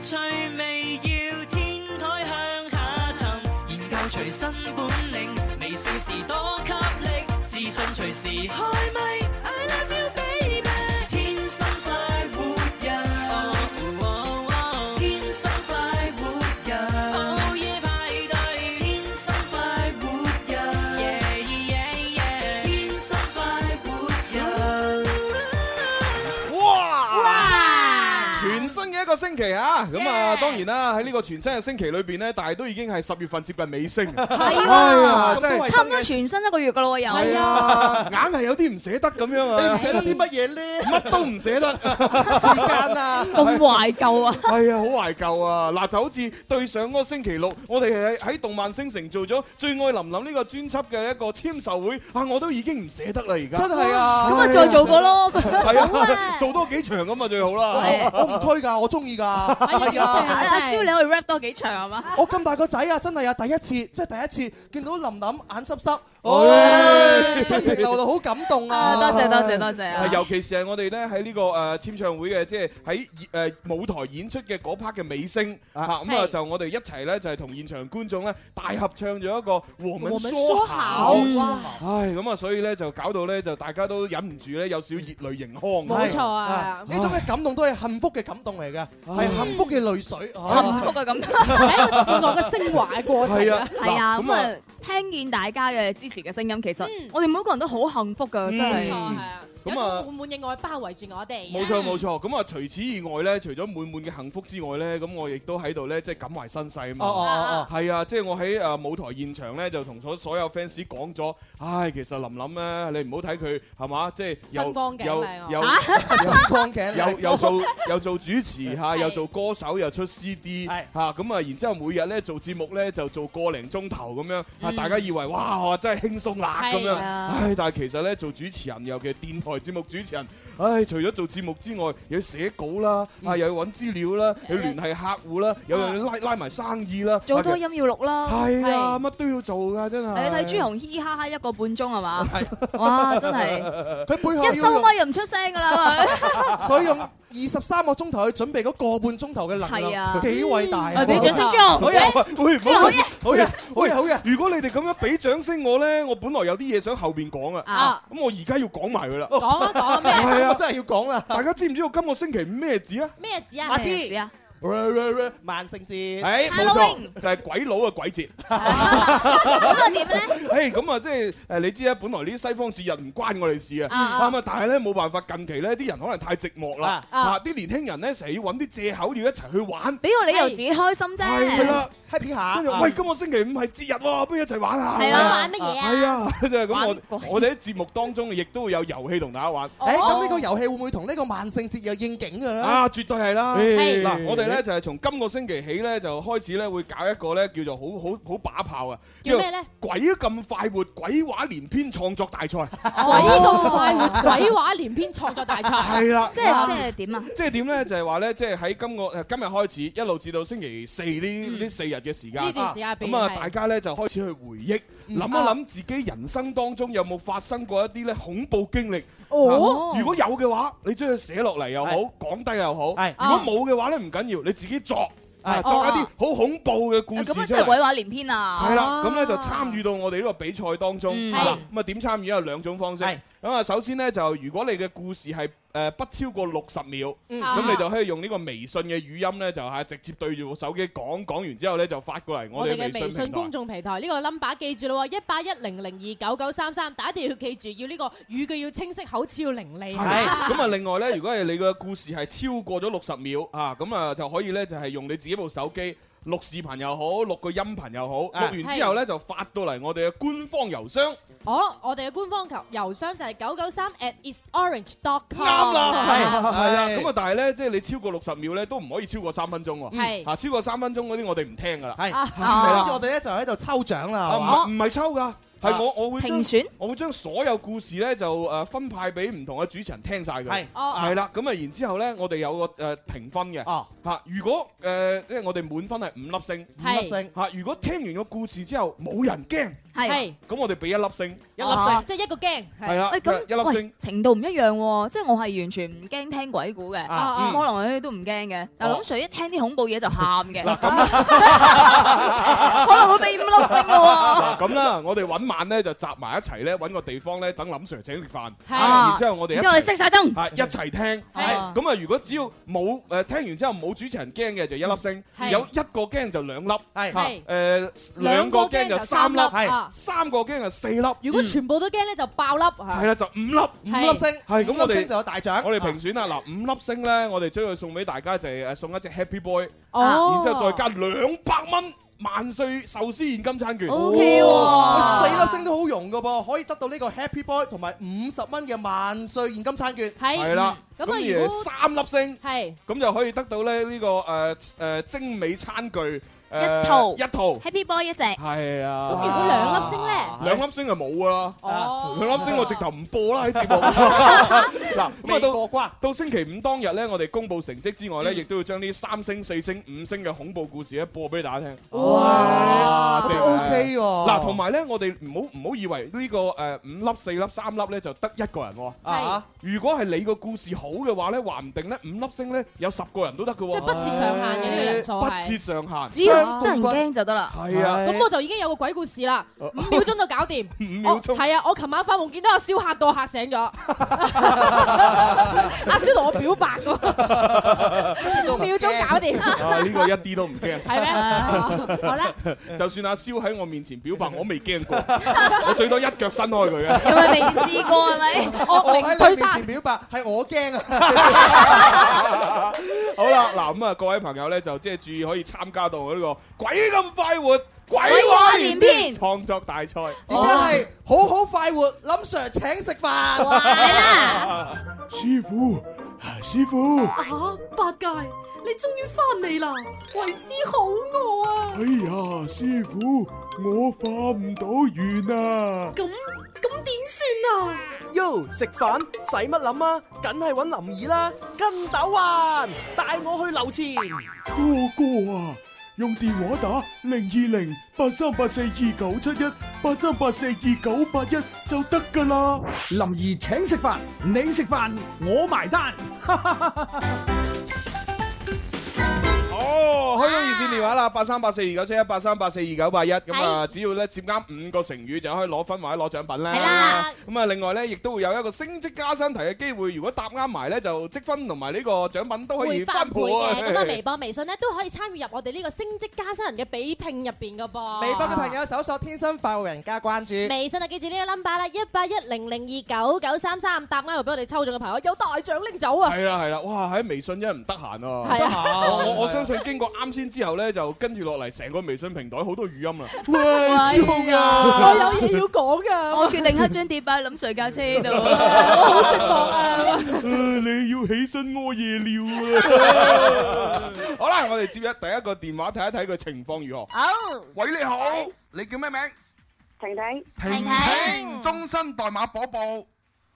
趣味要天台向下沉，研究隨身本領，微笑時多給力，自信隨時開咪。I love you baby，天生快活人，哦哦天生快活人，Oh, 午夜派對，天生快活人，yeah yeah yeah，天生快活人。哇！哇！全新嘅一個星期啊，咁啊 Yeah 當然啦，喺呢個全新嘅星期裏邊咧，但係都已經係十月份接近尾聲，係喎啊真係差唔多全身一個月噶咯喎，又係啊，硬係有啲唔捨得咁樣啊，乜都唔捨得，啊咁懷舊啊！係啊，好懷舊啊！嗱，就好似對上嗰個星期六，我哋係喺動漫星城做咗《最愛琳琳》呢個專輯嘅一個簽售會啊，我都已經唔捨得啦，而家咁啊，再做過咯。係啊，做多幾場咁啊最好啦。係阿阿蕭，你可以 rap 多幾場係嘛？啊，多謝多謝多謝啊啊！尤其是係我哋咧喺呢個誒簽唱會嘅，即係喺誒舞台演出嘅嗰 part 嘅尾聲嚇，啊咁啊係就我哋一齊咧就係同現場觀眾咧大合唱咗一個《和我敏們梭考嗯》。唉，咁啊，所以咧就搞到咧就大家都忍唔住咧有少少熱淚盈冇眶。錯啊！幸福啊咁，係啊，係啊嗱咁啊，聽見大家嘅支持嘅聲音，其實嗯我哋每個人都好幸福噶，真嗯冇係錯。係啊，有咁種啊滿滿嘅愛包圍住我哋。冇錯冇錯，咁啊除此以外咧，除咗滿滿嘅幸福之外咧，咁我亦都喺度咧即係感懷身世啊嘛。係啊，即係我喺誒舞台現場咧，就同所所有 fans 講咗，唉，其實琳琳咧，你唔好睇佢係嘛，即係又身光頸靚又啊又 又又做又做主持嚇，又做歌手，又出 CD 嚇係，咁啊，然之後每日咧做節目咧就做個零鐘頭咁樣，啊大家以為哇我真係輕鬆啦咁樣，係嗯啊唉，但係其實咧做主持人，尤其係電台節目主持人，唉，除咗做節目之外，又要寫稿啦，嗯啊又要揾資料啦，又要聯繫客戶啦，又要拉拉埋生意啦，做啊多音要錄啦。係啊，乜都要做噶，真係。你睇朱紅嘻嘻哈哈一個半鐘係嘛？哇！真係一 Nó 收咪又唔出聲噶 啦，佢用二十三個鐘頭去準備嗰個半鐘頭嘅能係量，啊幾偉大我啊！哋俾掌聲朱紅。好嘢，喂，唔好好嘢，好嘢，好嘢！如果你哋咁樣俾掌聲我咧，我本來有啲嘢想後邊講啊，啊！啊，咁我而家要講埋佢啦。講啊講啊咩係我啊，真係要講啦，大家知唔知道今個星期咩字啊？咩字阿啊？芝知啊，萬聖節誒，哎冇 Halloween 錯，就係鬼佬嘅鬼節。咁啊點咧？誒，咁啊，即係誒，你知啊，本來呢啲西方節日唔關我哋事啊啊，啊啱啊，但係咧冇辦法，近期咧啲人可能太寂寞啦，啊啊，啲年輕人咧成日要揾啲藉口要一齊去玩，俾個理由自己開心係啫。啦， ，happy 跟住啊下，喂，今個星期五係節日喎，不如一齊玩下。係你啦玩乜嘢啊？係啊， 就係玩咁。我過我哋喺節目當中亦都會有遊戲同大家玩。哦誒，咁呢個遊戲會唔會同呢個萬聖節有應景㗎咧？啊，絕對係啦！係嗱，我哋咧就係從今個星期起咧，就開始咧會搞一個咧叫做好好好把炮啊！叫咩咧？鬼咁快活鬼話連篇創作大賽，哦鬼咁快活，鬼話連篇創作大 賽。係啦即。係即係點啊？即係點咧？就係話咧，即係喺今個誒今日開始，一路至到星期四呢呢四日嘅時間呢，段時間入邊咁啊，係大家咧就開始去回憶，諗一諗自己人生當中有冇發生過一啲咧恐怖經歷。哦啊如果有嘅話，你將佢寫落嚟又好，講低又好。係如果冇嘅話咧，唔緊要，你自己作啊，係作一啲好恐怖嘅故事咁啊，出真係嚟。鬼話連篇啊！係啦，啊咁咧就參與到我哋呢個比賽當中。嗯啊咁啊點參與有兩種方式。係咁啊，首先咧就如果你嘅故事係誒不超過六十秒，嗯啊咁你就可以用呢個微信嘅語音咧就係直接對住部手機講，講完之後咧就發過嚟我我哋哋嘅嘅微微信信平台公。眾平台呢個 number 記住咯喎，一八一零零二九九三三，打電要記住要呢個語句要清晰，口齒要伶俐。係咁啊！另外咧，如果係你嘅故事係超過咗六十秒啊，咁啊就可以咧就係用你自己部手機錄視頻又好，錄個音頻又好，啊錄完之後咧就發到嚟我哋嘅官方郵箱。哦，我哋嘅官方球郵箱就係九九三 at isorange.com。啱啦係係啊，係咁啊，但係咧，即係你超過六十秒咧，都唔可以超過三分鐘喎。係啊，超過三分鐘嗰啲我哋唔聽噶啦。係，啊跟啊住我哋咧就喺度抽獎啦，係嘛啊唔唔係抽噶，係我我會將評選我會將所有故事咧就誒分派俾唔同嘅主持人聽晒佢。係哦係啦，咁啊然之後咧，我哋有個誒評分嘅。哦，嚇，如果誒即係我哋滿分係五粒星。五粒星，嚇，如果聽完個故事之後冇人驚，係。係咁我哋俾一粒星。一粒星，即係一個驚，係啦，啊啊喂，咁一粒喂星。程度唔一樣喎，即係我係完全唔驚聽鬼故嘅，啊啊嗯咁可能我哋都唔驚哦嘅，但係林 Sir 一聽啲恐怖嘢就喊嘅，啊 可能會俾五粒星嘅 喎。嗱啊咁啦，我哋揾晚咧就集埋一齊咧，揾個地方咧等林 Sir 請食飯，係啊然之後我哋一然之後我哋齊熄晒燈，係一齊聽。係咁啊！如果只要冇誒聽完之後冇主持人驚嘅就一粒星，係有一個驚就兩粒，係嚇係誒兩兩個個驚驚就就三三粒粒，係啊！三個驚就四粒，如果全部都驚咧，就爆粒係嚇。啦就五粒。五粒星，係咁五我粒哋星就有大獎。我哋啊評選啦，嗱五粒星咧，我哋將佢送俾大家就係誒送一隻 Happy Boy，哦，然之後再加兩百蚊萬歲壽司現金餐券。 O K 喎，哇四粒星都好用噶噃，可以得到呢個 Happy Boy 同埋五十蚊嘅萬歲現金餐券。係係啦，嗯咁咁啊，而如果三粒星。係咁就可以得到咧呢個誒誒精美餐具誒一套一套， Happy Boy 一隻，係咁啊，如果兩粒星咧，兩粒星就冇噶啦，哦，兩粒星我直頭唔播啦喺節 目。嗱，咁啊未到過關，到星期五當日咧，我哋公佈成績之外咧，亦都要將呢三星、四星、五星嘅恐怖故事咧播俾大家聽。哇，都正啊 OK 喎。嗱，同埋咧，我哋唔好唔好以為呢個誒五粒、四粒、三粒咧就得一個人喎。啊，如果係你個故事好嘅話咧，話唔定咧五粒星咧有十個人都得嘅即係喎，不設上限嘅呢個人數不設係。上限。只要得人驚就得啦。係啊。咁我就已經有個鬼故事啦，五秒鐘就搞掂。 五秒鐘我係啊！我琴晚發夢見到阿蕭嚇到我嚇 醒咗，阿蕭同我表白 咁，都五唔秒鐘搞掂，啊！呢個一啲都唔驚，係咩？ 好啦，就算阿蕭喺我面前表白，我未驚過， 我最多一腳伸開佢嘅。因 為未試過係咪？我 我明喺推你面山前。表白係我驚啊！好啦，嗱咁啊，各位朋友咧就即係注意可以參加到我呢個鬼咁快活鬼話連篇創作大賽。而家係好好快活，林 Sir 請食飯。係啊啦，師傅，師傅，啊，八戒，你終於翻嚟啦！為師好餓啊！呀，師傅，我化唔到完啊！咁咁點算啊？喲，食飯使乜諗啊？梗係揾林兒啦，筋斗雲帶我去樓前。哥哥 à. 啊，用電話打零二零八三八四二九七一八三八四二九八一就得㗎啦。林兒請食飯，你食飯我埋單。哦，開咗熱線電話啦，八三八四二九七一八三八四二九八一，咁啊，只要咧接啱五個成語就可以攞分或者攞獎品啦。係啦，咁啊，另外咧亦都會有一個升職加薪題嘅機會，如果答啱埋咧就積分同埋呢個獎品 都可以會翻翻倍倍嘅，咁啊微博、微信咧都可以參與入我哋呢個升職加薪人嘅比拼入邊噶噃。微博嘅朋友搜索「天生快活人家」關注。微信就記住呢個 number 啦，一八一零零二九九三三，答啱又俾我哋抽中嘅朋友有大獎拎走啊！係啦係啦，哇！喺微信真係唔得閒啊。係啊我我我我相信經過啱先之後咧，就跟住落嚟成個微信平台好多語音啦。喂，超紅啊！我有嘢要講噶，我決定黑張碟擺喺林 Sir 架車度。我啊 好寂寞啊！啊你要起身屙夜 尿啊！好啦，我哋接一第一個電話睇一睇佢情況如何。好，喂，你好，你叫咩名？婷婷婷婷，終身代碼寶寶，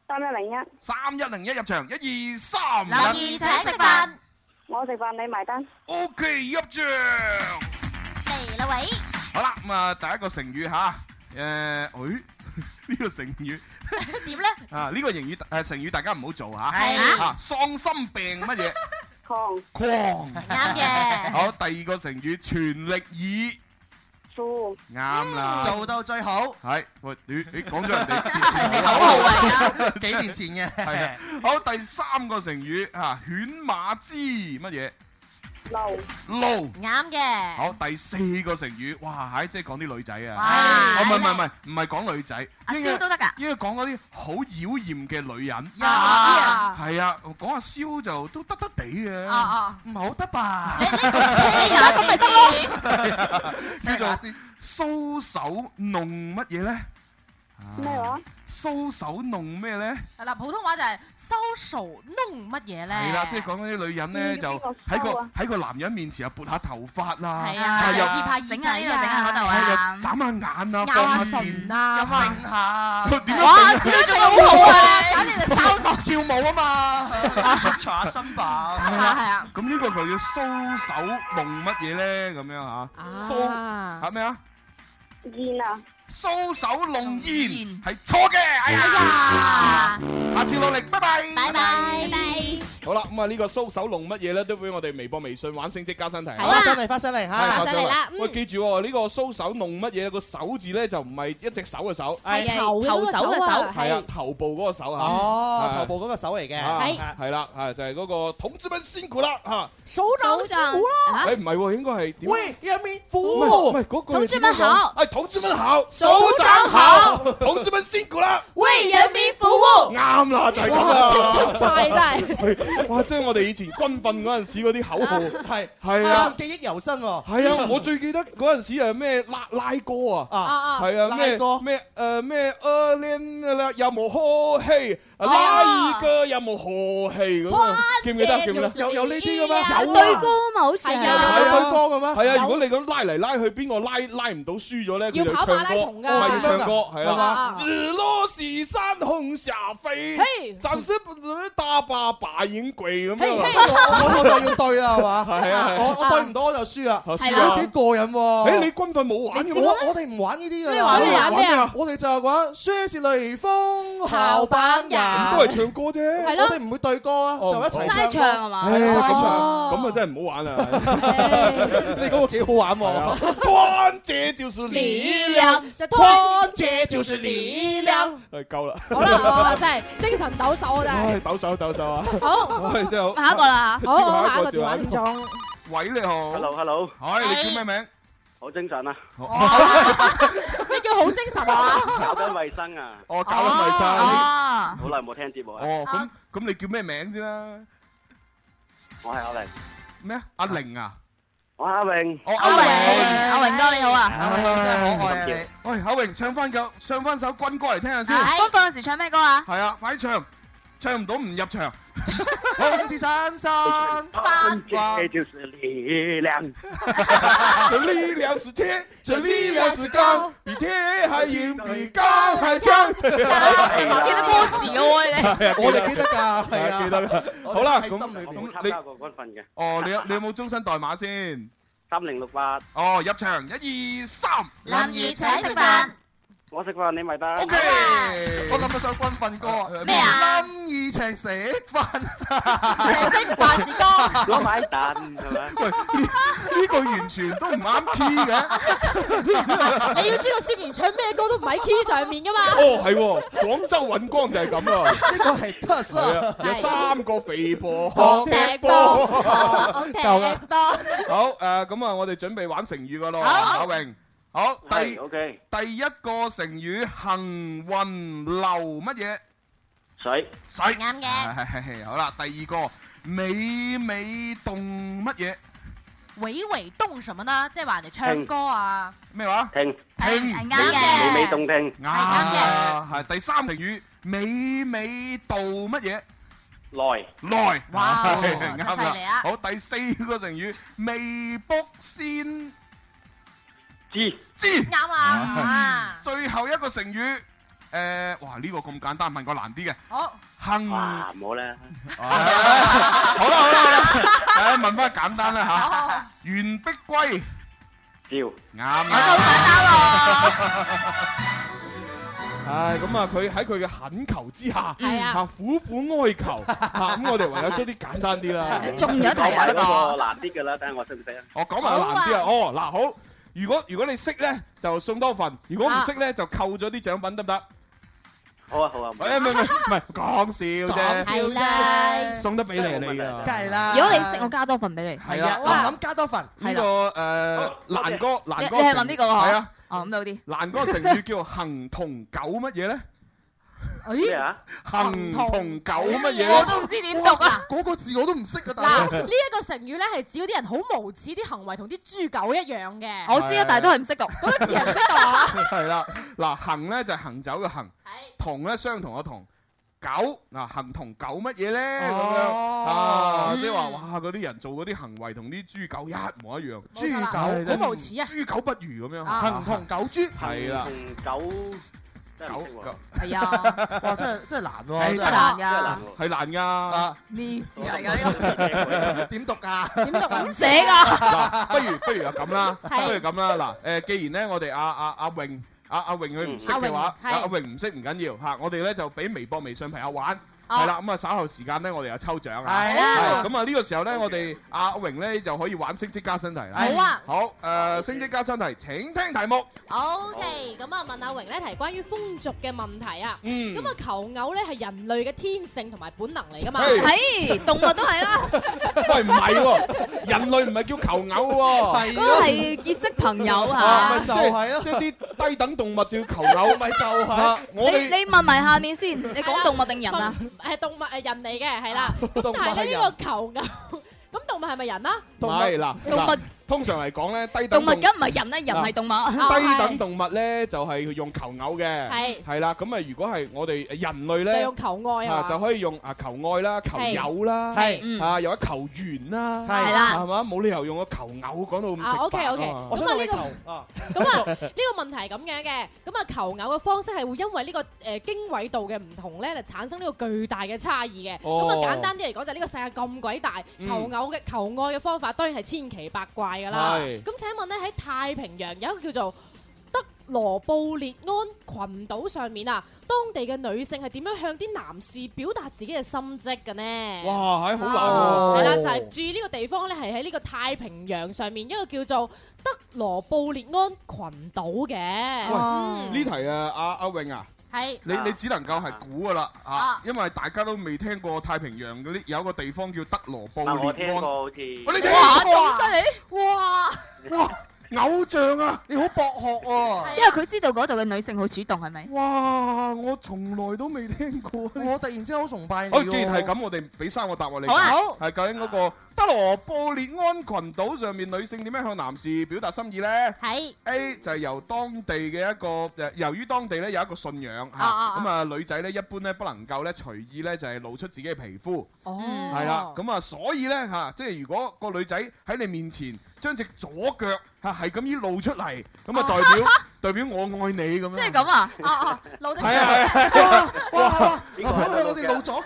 三一零一，三一零一入場，一二三，兒請食飯，我食飯你埋單。 O K 入場。嚟啦喂！好啦，咁啊，第一個成語吓，誒， 誒，呢個成語點咧？啊，呢個成語誒成語大家唔好做吓，係啊啊，喪心病乜嘢？狂狂。啱嘅，好，第二個成語全力以，富啱啦。做到最好，係，喂，你你講咗人哋。你口號嚟㗎。幾年前係嘅啊。好，第三個成語嚇、啊犬馬之乜嘢流路？啱嘅，好，第四個成語，哇，係即係講啲女仔哇啊！哦，唔係唔係唔係，唔係講女仔，阿應蕭該都得㗎，應該講嗰啲好妖豔嘅女人。呀，係啊，講阿蕭就都得得哦地嘅，哦，唔好得吧？你 有咁咪得咯，叫聽下做先，搔首弄乜嘢咧？咩話？搔首弄咩咧？嗱，普通話就係收手弄乜嘢咧？係啦，即係講緊啲女人咧，嗯就呢個喺鬚個啊喺個男人面前啊，撥下頭髮啦，係 啊又二拍整下呢度，整下嗰度啊又！眨下眼咬啊，放下下電唇啊，揈下，佢點哇，樣笑得仲好好啊！簡直 就收手。跳舞啊嘛，出查身 吧。係啊係啊。咁呢個就要搔首弄乜嘢咧？咁樣嚇，搔啊嚇咩啊？燕啊，搔首弄煙煙係錯嘅，哎呀！下次努力，拜拜。拜拜拜。好啦，咁啊呢個搔首弄乜嘢咧，都俾我哋微博、微信玩升職加薪題。係啊發上嚟，發上嚟係嚇。發上嚟啦喂，嗯記住喎呢個搔首弄乜嘢個手字咧，就唔係一隻手嘅手，係係頭嘅嗰個頭手嘅手手啊係啊頭部嗰個手啊。哦，係頭部嗰個手嚟嘅。啊係啊係啦，啊就係嗰個統治蚊仙股啦嚇。手掌辛苦啦，誒唔係喎，應該係點？喂，有面唔係唔虎係，嗰個同志們好係同志們好，手掌好，同志們辛苦啦，喂人民服務，啱啦，就係咁哇，啦。出盡晒真係，哇！即係我哋以前軍訓嗰陣時嗰啲口號，係係仲啊，記憶猶新喎。係啊，我最記得嗰陣時係咩拉拉歌啊。啊，啊啊，係啊，拉歌咩咩誒咩誒咧啦，有冇可氣？拉二哥有冇可氣咁啊？記唔記得？記唔記得？有有呢啲嘅咩？有啊對歌嘛，好似係有啊有對歌嘅咩？係啊，如果你咁拉嚟拉去，邊個拉拉唔到輸咗咧？佢要就跑唱馬拉松歌，㗎係要唱歌，係係嘛啊。啊日落西山紅霞飛嘿，暫時不能打把把影鬼咁樣嘿啊。嘿我我就要對啦，係嘛？係啊係啊我我對唔到我就輸啦。頭先係有啊幾過癮喎！誒，你軍訓冇玩嘅我喎？我哋唔玩呢啲㗎你玩啦。咩啊玩咩啊我哋就係玩書是雷鋒校板人。咁都係唱歌啫。係咯我哋唔會對歌啊，哦就一齊齋唱歌。唱係嘛？唉係啊咁哦啊，咁啊真係唔好玩啦。啊你嗰個幾好玩喎！關姐就是你，亮就拖，光姐就是力量。係夠啦。好啦，我真係精神抖擞啊真係，唉，抖手抖手啊！好，唉，真哎係好。下一個啦好，好，下下一一個個電話聽眾，喂，你好。 hello，唉，你叫咩名？好精神啊，你叫好精神 啊，搞緊衞生啊，我搞緊衞嚇。生。哦，好耐冇聽節目啊，哦，咁咁你叫咩名先啦？我係阿榮，咩啊？阿玲啊？我係阿榮，哦，阿阿榮，玲。阿榮哥你好啊！啊，真係可愛啊！你喂，阿榮，唱翻首唱翻首軍歌嚟聽下先。軍訓嗰時唱咩歌啊？係啊，快啲唱，唱唔到唔入場。好似珊珊，關姐就是力量，這力量是天，這力量是鋼，比天還硬，比鋼還強。記得歌詞嘅喎你。我哋記得㗎，係啊，記得啦。我哋好啦，喺咁心裏我邊咁冇參加你過軍訓嘅，哦，你有你有冇終身代碼先？三零六八，哦，入場一二三林怡請食飯，我食飯你咪得， ，OK。我諗到首軍訓歌，咩啊林二情食飯，成識扮字歌，攞埋蛋係咪？喂，呢呢個完全都唔啱 key 嘅。你要知道蕭敬元唱咩歌都唔喺 key 上面噶嘛，哦，係喎，廣州尹光就係咁啊。呢個係特色係啊。啊有三個肥婆好踢波，踢夠啦波，好誒，咁啊，我哋準備玩成語噶咯，阿榮。好，第係 OK，第一個成語行雲流乜嘢？水水。啱嘅。好啦，第二個美美動乜嘢？娓娓動什麼呢？即係話人哋唱歌啊，咩話？聽，聽係美啱嘅。美動聽，啱嘅。係第三成語美美道乜嘢？來來。哇係真係啱犀利啊啦。好，第四個成語未卜先知知。啱啦，最後一個成語，誒，哇！呢個咁簡單，問個難啲嘅。好，行，哇唔好啦，好啦好啦好啦，誒問翻簡單啦嚇。袁碧龜，照啱我都好啦。簡單喎。 唉，咁啊，佢喺佢嘅懇求之下，係啊嚇苦苦哀求，嚇咁我哋唯有將啲簡單啲啦。中咗題啊 à. 呢係嗰個個。難啲㗎啦，睇下我識唔識啊？我講埋難啲啊。哦，嗱好，如果如果你識咧，就送多份；如果唔識咧，就扣咗啲獎品得唔得？好啊好啊，唔該誒唔係唔係唔係講笑講啫，笑啫，送得俾你你啊梗。係啦。如果你識，我加多份俾你。係啊，好啊我諗加多份。呢個誒好蘭哥蘭哥你你係成問呢個係啊啊，哦，咁都好啲。蘭哥成語叫行同狗乜嘢咧？咩啊？行同狗乜嘢我 都唔知點讀啊！嗰個字我都唔識啊，嗱，大呢佬。一個成語咧係指嗰啲人好無恥，啲行為同啲豬狗一樣嘅。我知啊，但係都係唔識讀。嗰個字係唔識讀啊！系啦，嗱行咧就係行走嘅行，同咧相同嘅同。狗嗱行同狗乜嘢咧咁樣啊？嗯即係話哇，嗰啲人做嗰啲行為同啲豬狗一模一樣，豬狗係真係好無恥啊！豬狗不如咁樣，啊行同狗豬，係啦，同狗真係狗唔識喎狗 係啊，哇！真係真係難係真係喎，真難真係㗎。難係難㗎。啊！呢字嚟㗎，呢 喎。點讀啊？點讀啊個點寫㗎？嗱，不如不如就咁啦，不係如咁啦。嗱，誒，既然咧我哋阿阿阿榮。阿阿榮佢唔識嘅話，嗯阿阿榮係阿榮唔識唔緊要嚇，我哋咧就俾微博、微信朋友玩，哦係啦，咁啊稍後時間咧我哋有抽獎啊，係啦係咁啊呢個時候咧我哋阿榮咧就可以玩升職加薪題啦。好啊好誒，升職加薪題請聽題目， ，OK，咁啊問阿榮咧提關於風俗嘅問題啊。嗯咁啊，求偶咧係人類嘅天性同埋本能嚟噶嘛。係係動物都 係啦，喂唔係喎，人類唔係叫求偶喎，係嗰咯個，係結識朋友啊咪嚇。就係咯即，係啲低等動物就要求偶，咪就係嚇我你哋你問埋下面先，你講動物定人啊？ 係動物係人嚟嘅，係啦。動但物係係咧人呢，個求偶， 咁動物係咪人啊？唔動物係嗱動嗱物，通常嚟講咧動低等物動梗唔係人啦，人係動物。啊低係等動物咧就係用求偶嘅，係係啦。咁啊，如果係我哋人類就咧用，求愛啊啊就嘛。可以用啊求愛啦、求友啦，係嗯，啊又者求緣啦，係係係啦，嘛？冇理由用個求偶講到咁啊直白，OK，OK 嘛我想同你求啊， 咁啊，呢個問題係咁樣嘅，咁啊求偶嘅方式係會因為呢個誒經緯度嘅唔同咧，就產生呢個巨大嘅差異嘅。咁啊哦簡單啲嚟講，就係呢個世界咁鬼大，嗯求偶嘅求愛嘅方法當然係千奇百怪㗎啦。係咁請問咧喺太平洋有一個叫做德羅布列安群島上面啊，當地嘅女性係點樣向啲男士表達自己嘅心跡嘅呢？哇，係好難喎。係啦，哦就係住呢個地方咧，係喺呢個太平洋上面一個叫做德羅布列安群島嘅，哦呢題啊，阿阿榮啊，係你你只能夠係估噶啦啊啊，因為大家都未聽過太平洋嗰啲有一個地方叫德羅布嗱，我聽列過安，好似喂你聽哇咁犀利！哇，哇偶像啊！你好博學喎。因為佢知道嗰度嘅女性好主動，係咪？哇，我從來都未聽過呢我突然之間好崇拜你哦，喎。既然係咁，我哋俾三個答案你。好啊好係究竟嗰個德羅布列安群島上面女性點樣向男士表達心意呢係 A 就係由當地嘅一個誒，由於當地咧有一個信仰嚇，啊啊啊咁啊女仔咧一般咧不能夠咧隨意咧就係露出自己嘅皮膚，哦係啦，咁啊所以咧嚇，即係如果個女仔喺你面前將隻左腳嚇係咁樣露出嚟，咁啊代表代表我愛你咁樣。即係咁啊！哦 哦，老丁，係啊 係啊。哇哇哇！邊個係咁我哋露咗腳，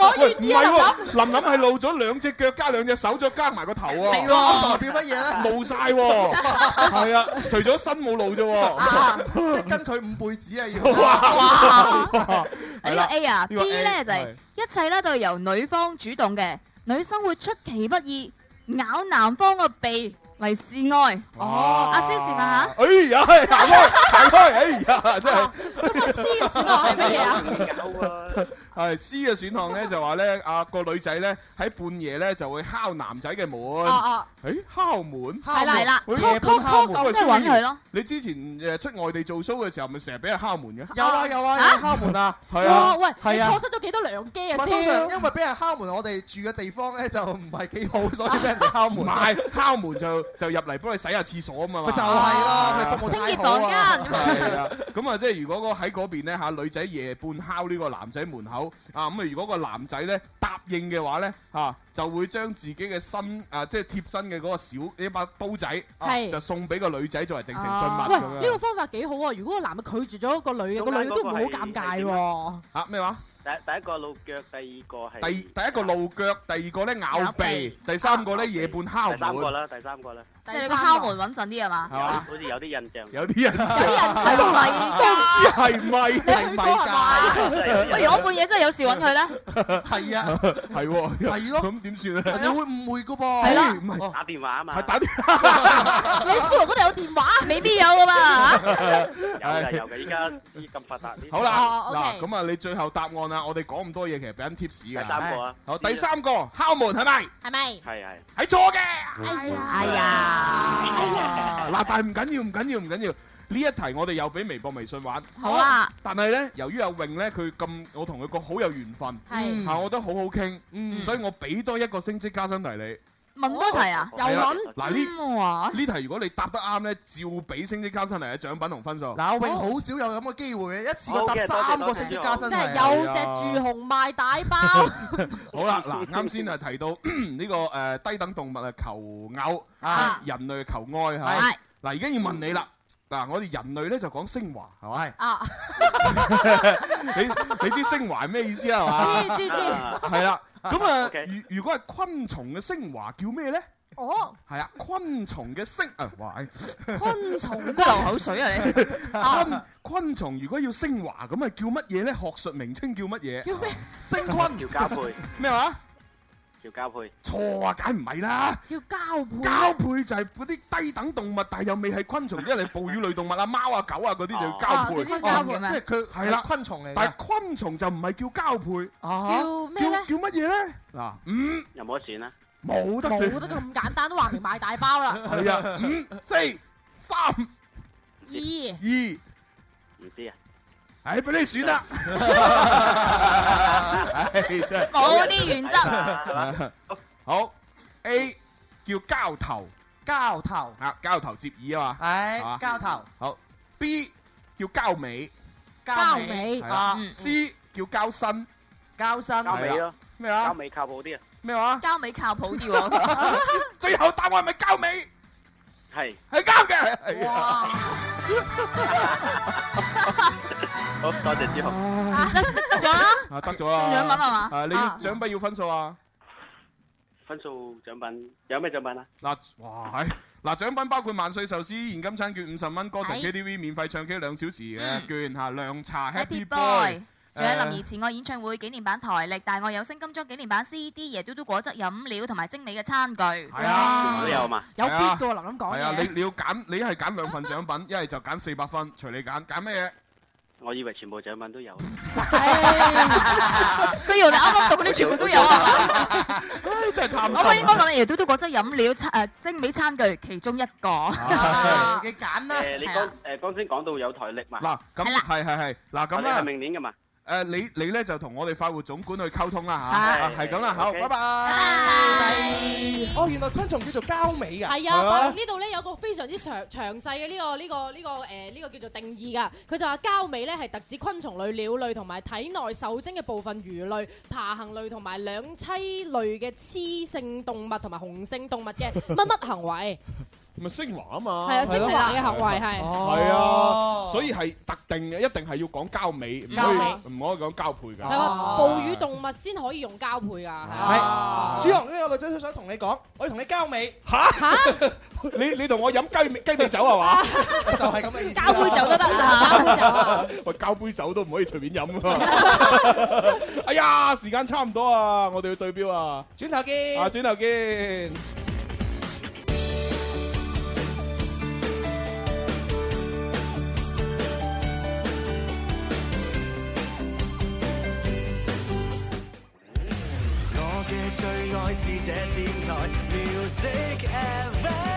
我喂，願唔意係啊，喎，林林係露咗兩隻腳加兩隻手，再加埋個頭係喎，代喎，表乜嘢咧？露晒喎，係啊，除咗身冇露啫喎，即係跟佢五輩子啊！要哇！係呢個啦 A 啊呢個，B 咧 A，就係係一切咧都係由女方主動嘅，女生會出其不意咬男方個鼻嚟示愛。哦，阿蕭示範下，哎呀，係行開，行開，哎呀，真係咁啊 C 嘅選項係乜嘢啊？狗啊？係 C 嘅選項咧，就話咧，啊個女仔咧喺半夜咧就會敲男仔嘅哦門，哦，誒敲門，係啦係啦喂夜半敲門喂咁即係揾佢。咯。你之前誒出外地做 show 嘅時候，咪成日俾人敲門嘅，有啊有啊，有敲門啊！係哇啊，喂，你係啊錯失咗幾多良機啊唔係通常先？因為俾人敲門，我哋住嘅地方咧就唔係幾好，所以俾人哋敲唔門。係敲門就就入嚟幫你洗下廁所啊嘛咪。就係啦，咪服務清太潔好房啊！間，係 啊，咁啊，即係如果個喺嗰邊咧嚇，女仔夜半敲呢個男仔門口啊，咁啊，如果個男仔咧答應嘅話咧嚇，就會將自己嘅身啊，即係貼身嘅嗰個小一把刀仔，係就送俾個女仔作為定情信物啊喂，咁呢個樣。方法幾好啊！如果個男嘅拒絕咗個女嘅，個女嘅都唔會好尷尬喎。啊咩話？第第一個露腳，第二個係第第一個露腳，第二個咧咬咬鼻鼻，第三個咧夜半敲啊第三個門，啦，第三個啦，即係你個敲門穩陣啲係嘛？係嘛？好似有啲印象。有啲人就有啲人係咪？知係咪？你去過 係嘛？不如我半夜真係有事揾佢咧。係啊， 係喎，係咯咁點算咧？哎你會誤會噶噃。係啦唔係，打電話啊嘛，係打 啲你舒豪嗰度有電話？未必有 噶嘛，有嘅有嘅，依家依咁發達呢啲。好啦，哦嗱， ，OK 咁啊，你最後答案案啦，我哋講咁多嘢其實俾緊 tips 㗎。第三個啊好，第三個敲門係咪？係咪？係係。係錯嘅。哎呀，哎呀，嗱，啊但係唔緊要，唔緊要，唔緊要。呢一題我哋又俾微博、微信玩。好啊。但係呢，由於阿穎呢，佢咁，我同佢個好有緣分，係嗯嚇，我覺得好好傾，所以我俾多一個升職加薪題你。問多題啊？哦係啦嗱呢嗯喎呢題如果你答得啱呢，照俾升職加薪題嘅獎品同分數。嗱，我永好少有咁嘅機會嘅，一次過好搭嘅多謝三多個謝升職多謝加薪真係嚟啊有隻住紅賣大包， 好啦，嗱，啱先啊提到 呢個誒低等動物啊求偶，啊人類求愛嚇。係嗱，而家要問你啦，嗱，我哋人類咧就講升華係嘛？啊， 你你知升華係咩意思啊？係嘛？知知知，啊係啦，咁啊， OK 如如果係昆蟲嘅升華叫咩咧？哦，係啊，昆蟲嘅升啊，哇！哎昆蟲流口水啊你！昆昆蟲如果要升華，咁係叫乜嘢咧？學術名稱叫乜嘢？叫咩？升坤調交配，咩話？調 交配，錯啊，梗唔係啦。叫交配，交配就係嗰啲低等動物，但係又未係昆蟲，因為哺乳類動物啊，貓啊、狗啊嗰啲就哦嗰叫啲叫交配。交哦配哦即係佢係啦昆蟲嚟但係嘅。昆蟲就唔係叫交配，啊， 叫咩叫咧？叫乜嘢咧？嗱，五有冇得選啊？冇得冇選，得咁簡單，都話明賣大包啦。係啊，五四三二二，唔知啊。唉，俾你選啦。唉，真係冇啲原則，啊好 A 叫交頭交頭，啊，交頭接耳啊嘛。唉啊，交頭，好 à? B 叫交尾交交尾，尾係啊，嗯 à? ，C 叫交身交身，交 à? 尾咯，咩交話？尾靠譜啲啊。咩話？交尾靠譜 啲喎。最後答案係咪交尾？係，係交嘅。係啊哇！好多謝朱紅。得咗啦，啊，得咗中獎品係啦！嘛？啊，你啊獎品要分數啊！分數獎品有咩獎 à? 品啊？嗱，哇，係嗱，獎品包括萬歲壽司現金餐券五十蚊，歌神係 KTV 免費唱 K 兩小時嘅嗯券嚇，涼茶 Happy Happy Boy Boy，。仲有林誒怡慈愛演唱會紀念版台歷、大愛有聲金鐘紀念版 CD、椰嘟嘟果汁飲料同埋精美嘅餐具。係啊都有嘛？有必係啊嘅喎，林林講係啊，你嘢。你要揀，你係揀兩份獎品，一 係就揀四百分，隨你揀，揀咩我以為全部獎品都有。佢由你啱啱讀嗰啲全部都 有啊！嘢？唉，真係我覺得貪應心該。講椰嘟嘟果汁飲料、誒精美餐具其中一個。係你揀啦，誒，你剛誒剛先講到有台歷嘛？嗱，咁係啦係係係，嗱我咁哋係啦，明年噶嘛？誒你你咧就同我哋快活總管去溝通啦嚇，係啊係咁啦，好， OK 拜拜。係哦，原來昆蟲叫做交尾㗎。係啊，八六呢度咧有個非常之詳詳細嘅呢個呢個呢個誒呢個叫做定義㗎。佢就話交尾咧係特指昆蟲類、鳥類同埋體內受精嘅部分魚類、爬行類同埋兩棲類嘅雌性動物同埋雄性動物嘅 乜乜行為， 咪升華啊嘛係啊，升華嘅行為係。係哦啊，所以係特定嘅，一定係要講交尾，唔交可以尾唔可以講交配係㗎。啊，哺乳動物先可以用交配㗎，係啊朱紅呢個女仔想同你講，我要同你交尾，你你同我飲雞尾雞尾酒係 嘛？就係咁嘅意思啦。交配酒都得啊，交配啊酒啊，喂，交杯酒都唔可以隨便飲 啊！哎呀，時間差唔多啊，我哋要對標啊！轉頭啊，見。轉頭見。我嘅最愛是這電台 Music FM。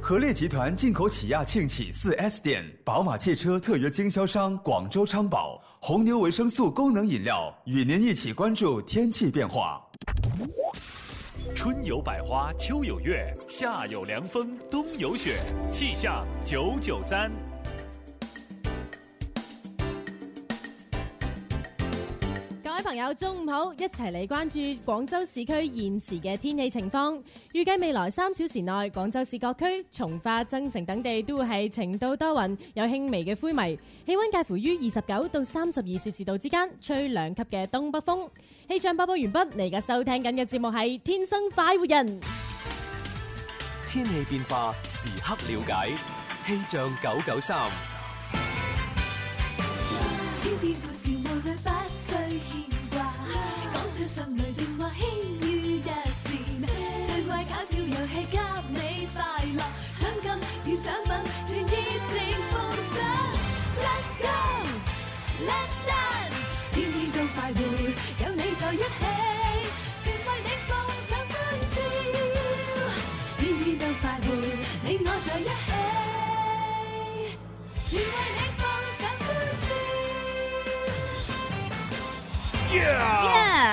合列集团进口起亚庆起四 S 店、宝马汽车特约经销商广州昌宝、红牛维生素功能饮料，与您一起关注天气变化。春有百花，秋有月，夏有凉风，冬有雪。气象九九三，各位朋友，中午好！一齊嚟關注廣州市區現時嘅天氣情況。預計未來三小時內，廣州市各區、從化、增城等地都會係晴到多雲，有輕微嘅灰霾。氣温介乎於二十九到三十二攝氏度之間，吹兩級嘅東北風。氣象播報完畢，你而家收聽緊嘅節目係《天生快活人》。天气变化时刻了解，气象九九三。天天歡笑，無慮不需牽掛，講出心裏情話，輕於一線。趣味搞笑遊戲給你快樂，獎金與獎品全熱情奉上。Let's go！在一起，全為你放上歡笑，天天都快活，你我在一起，全為你放上歡笑。 Yeah！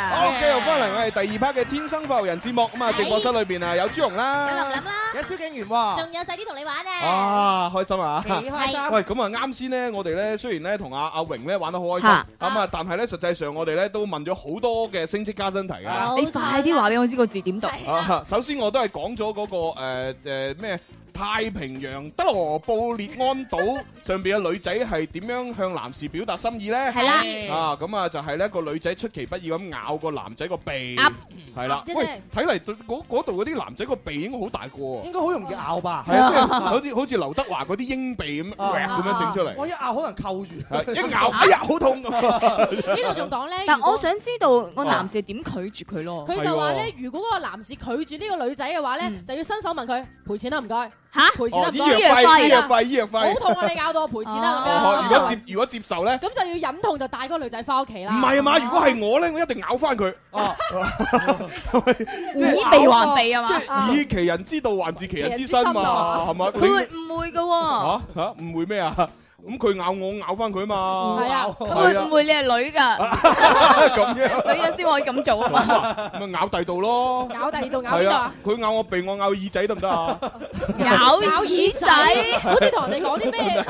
好，繼續翻嚟我哋第二 part 嘅《天生發育人》節目咁啊，直播室裏邊啊有朱紅啦，有蕭敬元喎，仲有細啲同你玩啊！啊，開心啊！幾開心 喂，咁啊，啱先呢，我哋咧雖然咧同阿阿榮咧玩得好開心，嚇咁啊，但係咧實際上我哋咧都問咗好多嘅升職加薪題啊㗎。你快啲話俾我知個字點讀。啊，首先我都係講咗嗰個誒誒咩太平洋德羅布列安島上邊嘅女仔係點樣向男士表達心意咧？係啦啊咁啊就係呢個女仔出其不意咁咬個男仔個鼻，啊係啦。即喂係，睇嚟對嗰嗰度嗰啲男仔個鼻應該好大個喎。應該好容易咬吧？係啊，即係好似好似劉德華嗰啲鷹鼻咁，啊 咁樣整出我一嚟。咬可能扣住，係一咬， 哎呀，好痛咁。呢度仲講咧，但如果我想知道個男士點拒絕佢咯。佢就話咧，如果嗰個男士拒絕呢個女仔嘅話咧，就要伸手問佢賠錢啦，唔該嚇，賠錢啦，唔該嗯哦醫藥費醫藥費醫藥費好痛啊！你啊咬到我賠錢哦啦如咁果樣，接如果接受咧，咁就要忍痛就帶嗰個女仔翻屋企唔啦。係啊嘛？如果係我咧，我一定咬翻佢。哦 以鼻還鼻啊嘛。以其人之道還治其人之身嘛，係嘛？啊佢會嗯誤會嘅喎。嚇嚇唔會咩啊？ 咁佢咬我，咬翻佢嘛。係啊，佢會係啊誤會你係女㗎， 咁樣女人先可以咁做啊嘛。 咪咬第度咯。咬第二度，咬邊係度啊啊？，佢咬我鼻，我咬耳仔得唔得啊？咬咬耳 仔，好似同人哋講啲咩？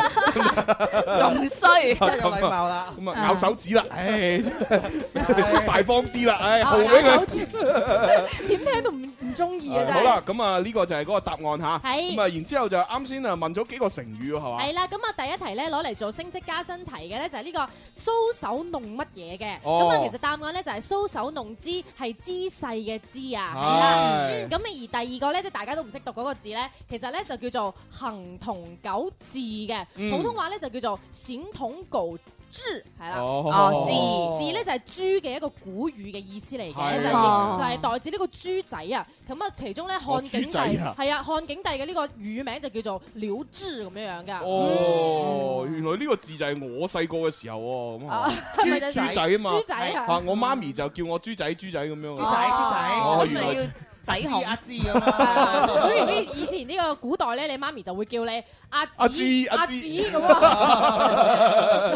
仲衰，真係有禮貌啦。咁啊，咬手指啦，唉，大方啲啦，唉，啊豪俾佢。 點聽都唔唔中意啊！真係好啦，，咁啊呢個就係嗰個答案吓。係咁啊，然之後就啱先啊問咗幾個成語喎係嘛？係啦，咁啊第一題咧攞嚟做升職加薪題嘅咧就係呢個搔首弄乜嘢嘅，哦咁啊其實答案咧就係搔首弄姿係姿勢嘅姿啊，係係啦，嗯咁啊而第二個咧即係大家都唔識讀嗰個字咧，其實咧就叫做行同狗字嘅，嗯普通話咧就叫做閃同狗。豬係啦，啊哦字字咧就係豬嘅一個古語嘅意思嚟嘅，係就係啊就係代指呢個豬仔啊。咁啊，其中咧漢景帝豬仔啊係啊，漢景帝嘅呢個語名就叫做鳥豬咁樣樣㗎。哦，嗯原來呢個字就係我細個嘅時候喎，咁啊啊，豬咪就係豬仔啊嘛，豬仔啊我媽咪就叫我豬仔豬仔咁樣。豬啊仔豬仔哦，咁咪原來要仔紅阿芝咁啊好容易以前呢個古代咧，你媽咪就會叫你阿子阿芝阿子芝咁啊。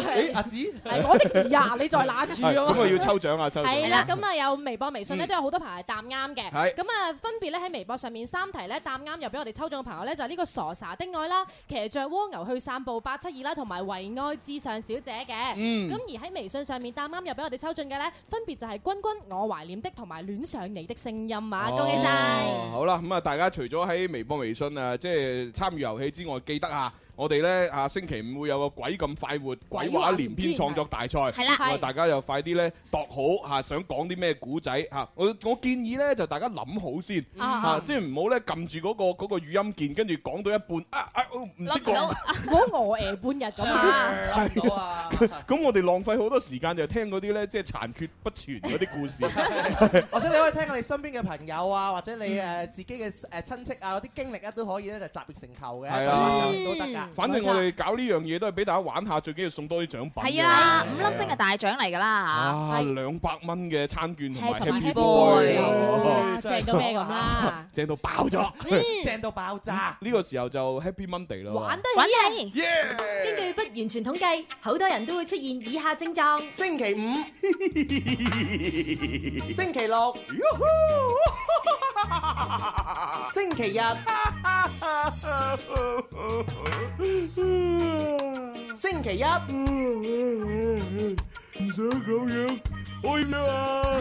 誒阿子，係我的兒呀，你在哪處係咁咁啊要抽獎啊抽獎。係啦，咁啊有微博、微信咧嗯都有好多朋友係答啱嘅。係咁啊分別咧喺微博上面三題咧答啱又俾我哋抽中嘅朋友咧就係呢個傻傻的愛啦、騎着蝸牛去散步八七二啦，同埋為愛至上小姐嘅。嗯咁而喺微信上面答啱又俾我哋抽中嘅咧，分別就係君君我懷念的同埋戀上你的聲音啊！恭喜晒！哦好啦，咁啊，大家除咗喺微博、微信啊，即係參與遊戲之外，記得啊，我哋咧啊星期五會有個鬼咁快活鬼話連篇創作大賽，係啦咁啊係大家又快啲咧度好嚇，想講啲咩古仔嚇。我我建議咧就大家諗好先啊嚇，即係唔好咧撳住嗰個嗰個語音鍵，跟住講到一半啊啊哦唔識講，唔好餓誒半日咁啊！ 咁我哋浪費好多時間就聽嗰啲咧即係殘缺不全嗰啲 故事。啊或者你可以聽下你身邊嘅朋友啊，或者你嗯誒自己嘅誒親戚啊嗰啲經歷咧都可以咧，就集腋成裘嘅，係再啊發上嚟都得㗎。反正我哋搞呢樣嘢都係俾大家玩下，最緊要送多啲獎品㗎。係啊，五粒星係大獎嚟㗎啦啊，嚇。兩百蚊嘅餐券同埋 Happy Happy Boy Boy，哇哦正到咩咁啦， 正到爆咗。嗯正到爆炸！呢個時候就 Happy Monday 啦喎。玩得起啊！ 根據不完全統計，好多人都會出現以下症狀：星期五、 星期六、星期 日、星期一，唔想咁樣，我要啊！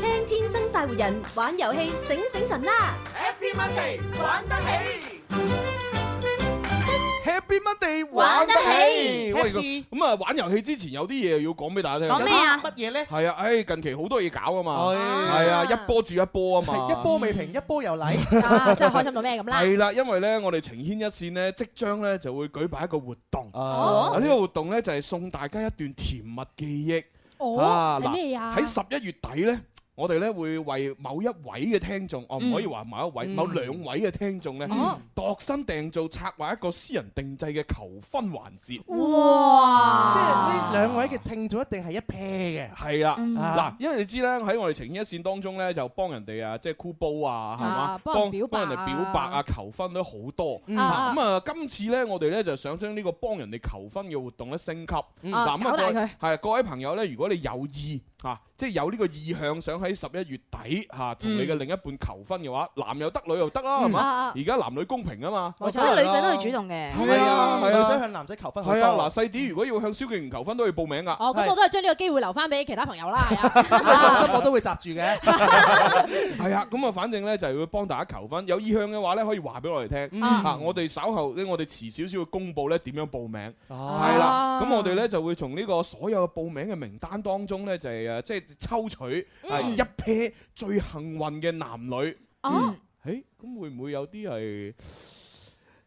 聽天生快活人玩遊戲，醒醒神啦！Happy Monday，玩得起。 Happy Monday 玩得起喂 Happy 咁啊，玩遊戲之前有啲嘢要講俾大家聽。講咩啊乜嘢咧？係啊，唉，近期好多嘢搞啊嘛。哦係係啊，一波住一波啊嘛。一波未平，一波又嚟。啊真係開心到咩咁啦！嗯係啦，因為咧，我哋情牽一線咧，即將咧就會舉辦一個活動。哦啊呢個活動咧就係送大家一段甜蜜記憶。哦啊係咩呀喺十一月底咧，我哋咧會為某一位嘅聽眾，我唔可以話某一位，嗯某兩位嘅聽眾咧哦，度身訂造策劃一個私人定制嘅求婚環節。哇！即係呢兩位嘅聽眾一定係一 pair 嘅。係啦，嗯嗱，因為你知咧喺我哋情牽一線當中咧，就幫人哋啊，即係箍煲啊，係嘛啊，幫人表白幫人哋表白啊，求婚都好多。嗯啊咁啊，今次咧我哋咧就想將呢個幫人哋求婚嘅活動咧升級。嗯嗱啊咁搞大啊佢，係各位朋友咧，如果你有意啊，即係有呢個意向，想喺十一月底嚇同你嘅嗯另一半求婚嘅話，男又得，女又得啦，嗯係啊嘛啊？而家男女公平啊嘛，即係女仔都係主動嘅。係啊，係啊女仔向男仔求婚好多係啊，嗱細啲如果要向蕭敬元求婚都要報名㗎。哦，咁我都係將呢個機會留翻俾其他朋友 啦。係啊放心，我都會閘住嘅。係啊，咁啊，反正咧就係會幫大家求婚，有意向嘅話咧可以話俾我哋聽嗯啊，我哋稍後咧我哋遲少少會公佈咧點樣報名，係啦，咁我哋咧就會從呢個所有嘅報名嘅名單當中咧就係誒即係抽取啊嗯一 pair 最幸運嘅男女，哦，誒咁會唔會有啲係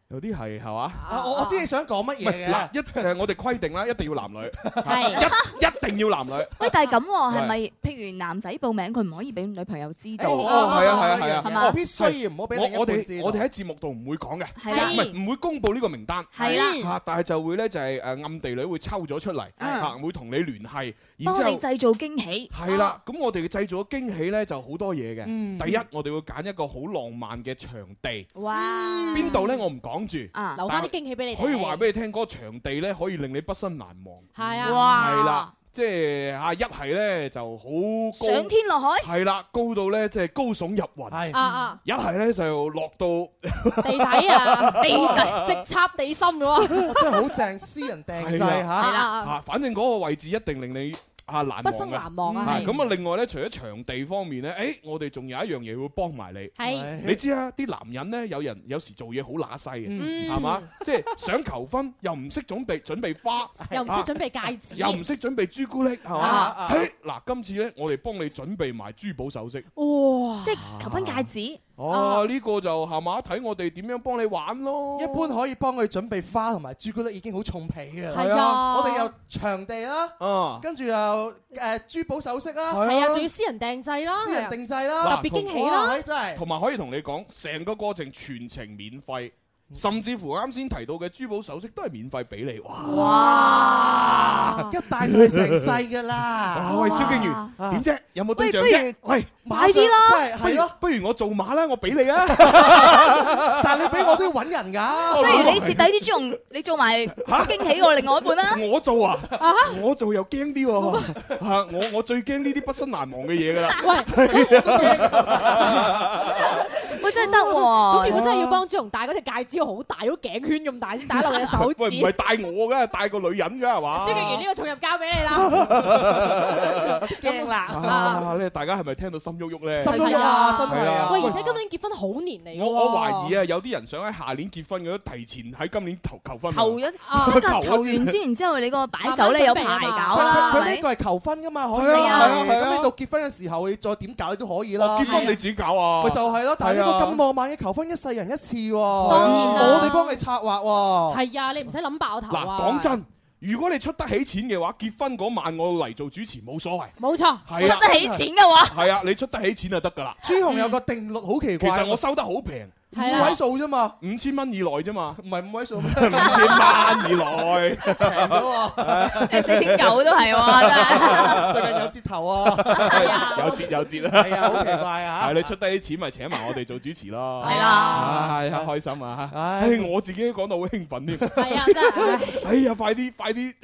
有啲係係嘛？啊我我知你想講乜唔嘢係嘅。嗱，一誒我哋規定啦，一定要男女，係一定要男女。喂，但係咁喎，係咪係譬如男仔報名，佢唔可以俾女朋友知道？哦，係啊，係啊，係啊，係嘛？必須唔好俾另一半我我知哋道我哋喺節目度唔會講嘅，係啦唔係唔會公佈呢個名單，係啦嚇，但係就會咧就係誒暗地裏會抽咗出嚟，嗯嚇會同你聯繫，然幫之你後。製造驚喜。係啦，咁我哋製造嘅驚喜咧就好多嘢嘅。嗯第一，我哋會揀一個好浪漫嘅場地，哇！邊度咧我唔講住，留翻啲驚喜俾你哋。可以話俾你聽，嗰個場地咧可以令你畢生難忘。係啊，係啦，即係啊，一係咧就好高，上天落海係啦，高到咧即係高聳入雲，啊啊一係咧就落到地底啊，地 哇底直插地心嘅 啊喎，真係好正，私人訂製係嚇。啊啊，反正嗰個位置一定令你啊難忘嘅畢生難忘啊係係咁啊，另外咧，除咗場地方面咧，誒，我哋仲有一樣嘢會幫埋你。係你知啊，啲男人咧有人有時做嘢好乸西嘅，嗯係嘛？即係想求婚又唔識準備準備花， 又唔啊識準備戒指， 又唔識準備朱古力，係啊嘛？啊嘿，嗱，今次咧，我哋幫你準備埋珠寶首飾。哇！即係求婚戒指。哦，呢個就係嘛，睇我哋點樣幫你玩咯。一般可以幫佢準備花同埋朱古力已經好重皮嘅，係啊我哋有場地啦啊，跟住又誒珠寶首飾啦，係啊，仲要私人訂製啦，私人定製嗱啦，啊特別驚喜啦哇真係同埋可以同你講，成個過程全程免費，甚至乎啱先提到嘅珠寶首飾都係免費俾你。哇！一戴就係成世啊㗎啦 哇喂，蕭敬元，點啫？有冇對象喂啫？不如喂，買啲啦馬上真係不如係咯不如我做馬啦，我俾你啊！ 但係你俾我都要揾人㗎，不如你蝕底啲朱 紅，你做埋驚喜我另外一半啦。 我做啊，我做又驚啲喎。嚇我我最驚呢啲畢生難忘嘅嘢㗎啦。喂，真係得咁喎。如果真係要幫朱紅戴嗰隻戒指，好大，嗰頸圈咁大先戴落你隻 手指。喂，唔係帶我㗎，帶個女人㗎係嘛？蕭敬元呢個重任交俾你啦。 驚啦！啊！咧，大家係咪聽到心喐喐咧？心喐喐啊係真係啊喂，而且今年結婚好年嚟喎。我我懷疑啊，有啲人想喺下年結婚嘅，都提前喺今年投求婚。投咗 啊一嚿投完先，然之後你個擺酒咧有排搞啦，係佢佢呢咪？個係求婚㗎嘛，可以係啊係係啊咁你到結婚嘅時候，你再點搞都可以啦。哦結婚你自己搞啊？咪就係咯，但係呢個咁耐，浪漫嘅求婚一世人一次喎，當然啦我哋幫你策劃喎。係啊，你唔使諗爆頭嗱，啊。講，真，如果你出得起錢嘅話，結婚嗰晚我嚟做主持冇所謂。冇錯，係啊，出得起錢嘅話係啊，你出得起錢就得㗎啦。朱紅有個定 律好奇其怪，實我收得好平，五位數啫嘛，五千蚊以內啫嘛，唔係五位 數，五千蚊以內，平咗喎，誒4.9都 係喎真係最近有折頭啊， 有折有折係啊好奇怪啊係你出低啲錢，咪請埋我哋做主持咯。係啦，係啊，開心啊！唉，我自己都講到好興奮添。係啊，真係。哎呀，快啲，快啲！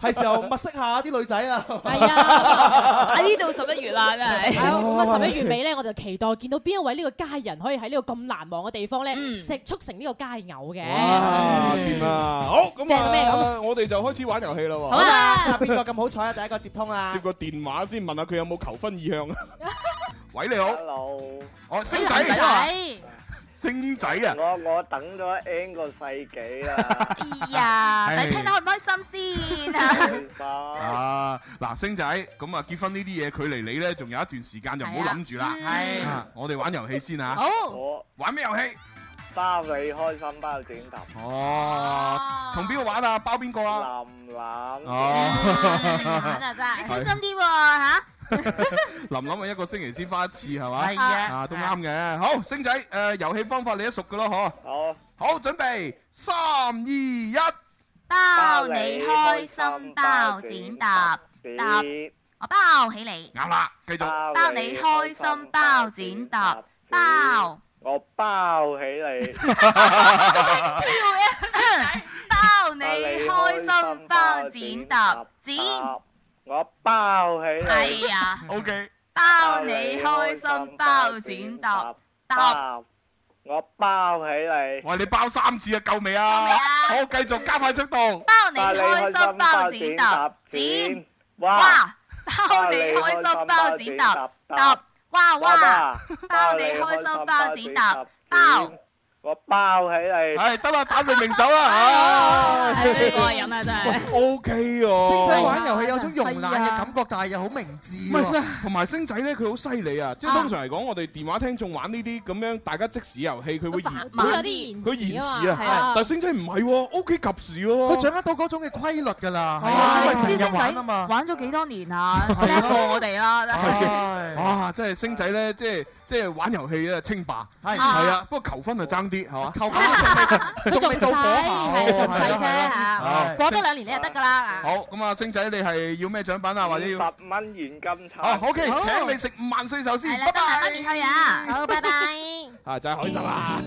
係時候物色下啲女仔啦。係啊，喺呢度十一月啦，真係。係啊咁啊十一月尾咧，我就期待見到邊一位呢個佳人可以喺呢個咁難忘嘅地方咧，食促成呢個佳偶嘅。哇，掂啊！好咁正到咩啊，我哋就開始玩遊戲啦喎。好啊啊邊個咁好彩啊？第一個接通啊接！個電話先問下佢有冇求婚意向啊？ 喂，你好。 Hello，我星仔仔啊，星仔啊，我我等咗 N 個世紀啦，哎呀，唉你聽得開唔 開心先啊？啊，嗱，星仔，咁啊，結婚呢啲嘢距離你咧，仲有一段時間，就唔好諗住啦。係啊啊，我哋玩遊戲先啊。我玩咩遊戲？包你開心包剪揼，哦，同邊個玩啊？包邊個啊？林林，哦， 你小心啲喎嚇，林林啊，一個星期先翻一次係嘛？係啊啊都啱嘅。好，星仔，誒遊戲方法你都熟噶咯，嗬？好，好，準備三二一，包你開心包剪搭搭，我包起你。啱啦，繼續。包你開心包剪搭包。我包起你，包你開心包剪搭 剪。啊我包起你，係啊。 OK。包你開心包剪搭搭。包，我包起你，喂，你包三次啊，夠未啊？好，繼續加快速度。包你開心包剪搭剪。哇！包你開心包剪搭搭。哇哇！包你開心包剪搭包。我包起你，係得啦，打成名手啦，唉真係過癮啊真係 O K 喎，星仔玩遊戲有種慵懶嘅感覺，哦但係又好明智唔係喎。同埋星仔咧，佢好犀利啊！即係通常嚟講，我哋電話聽眾玩呢啲咁樣大家即時遊戲，佢會延慢會有啲延佢延遲啊時係啊啊。但係星仔唔係喎，O K 及時喎。佢掌握到嗰種嘅規律㗎啦，係啊，因為師成兄日玩啊仔嘛。玩咗幾多年啊？叻過我哋啦！哇！真係星仔咧，即係即係玩遊戲咧稱霸，係係啊。不過求婚就爭啲係啊嘛？求 婚佢仲未到火候係仲細啫嚇，啊過多兩年你就得㗎啦。好咁啊，星仔你係要咩獎品啊？或者要十蚊現金好餐。 OK，好請你食五萬四首先，哦係啦拜得啦拜。你去啊，好，拜拜。啊，真係開 心啊！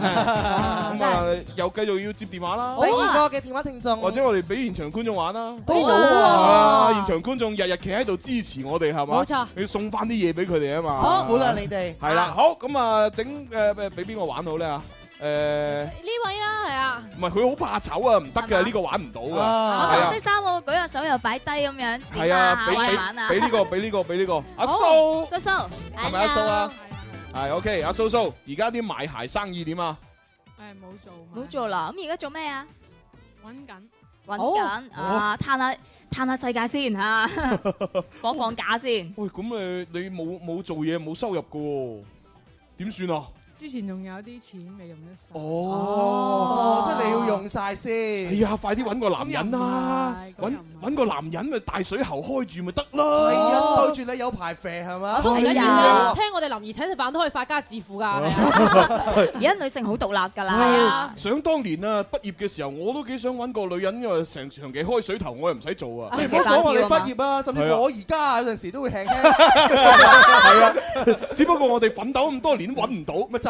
咁啊，又繼續要接電話啦。第啊二個嘅電話聽眾，或者我哋俾現場觀眾玩啦，都好啊！啊現場觀眾日日企喺度支持我哋係嘛？冇錯，你送翻啲嘢俾佢哋啊嘛。辛苦啦你哋係啦，好咁啊，整誒誒俾邊個玩好咧啊？誒，呢位啦，係啊。唔係佢好怕醜啊，唔得嘅，呢個玩唔我到啊。係啊白色衫，我舉個手又擺低咁樣，係啊，俾玩玩啊！俾俾呢個，俾呢個，俾呢個。阿好蘇蘇蘇，係咪阿蘇啊？係 OK，阿蘇蘇，而家啲賣鞋生意點啊？誒冇做，冇做啦。咁而家做咩啊？揾緊，揾緊啊，嘆下嘆下世界先 嚇，放放假先。喂，咁誒你冇冇做嘢冇收入嘅喎，點算啊？之前仲有啲錢未用得晒。哦哦即係你要用晒先。哎呀，快啲揾個男人啦！揾揾個男人咪大水喉開住咪得啦！係啊，對住你有排肥係嘛？都唔緊要啊！啊，聽我哋林怡請食飯都可以發家致富㗎，而家女性好獨立㗎啦。想當年啊，畢業嘅時候我都幾想揾個女人，因為成長期開水頭，我又唔使做啊！你哎唔好講話你畢業啊，甚至係啊我而家有陣時都會輕輕。 係啊，只不過我哋奮鬥咁多年揾唔到，咪就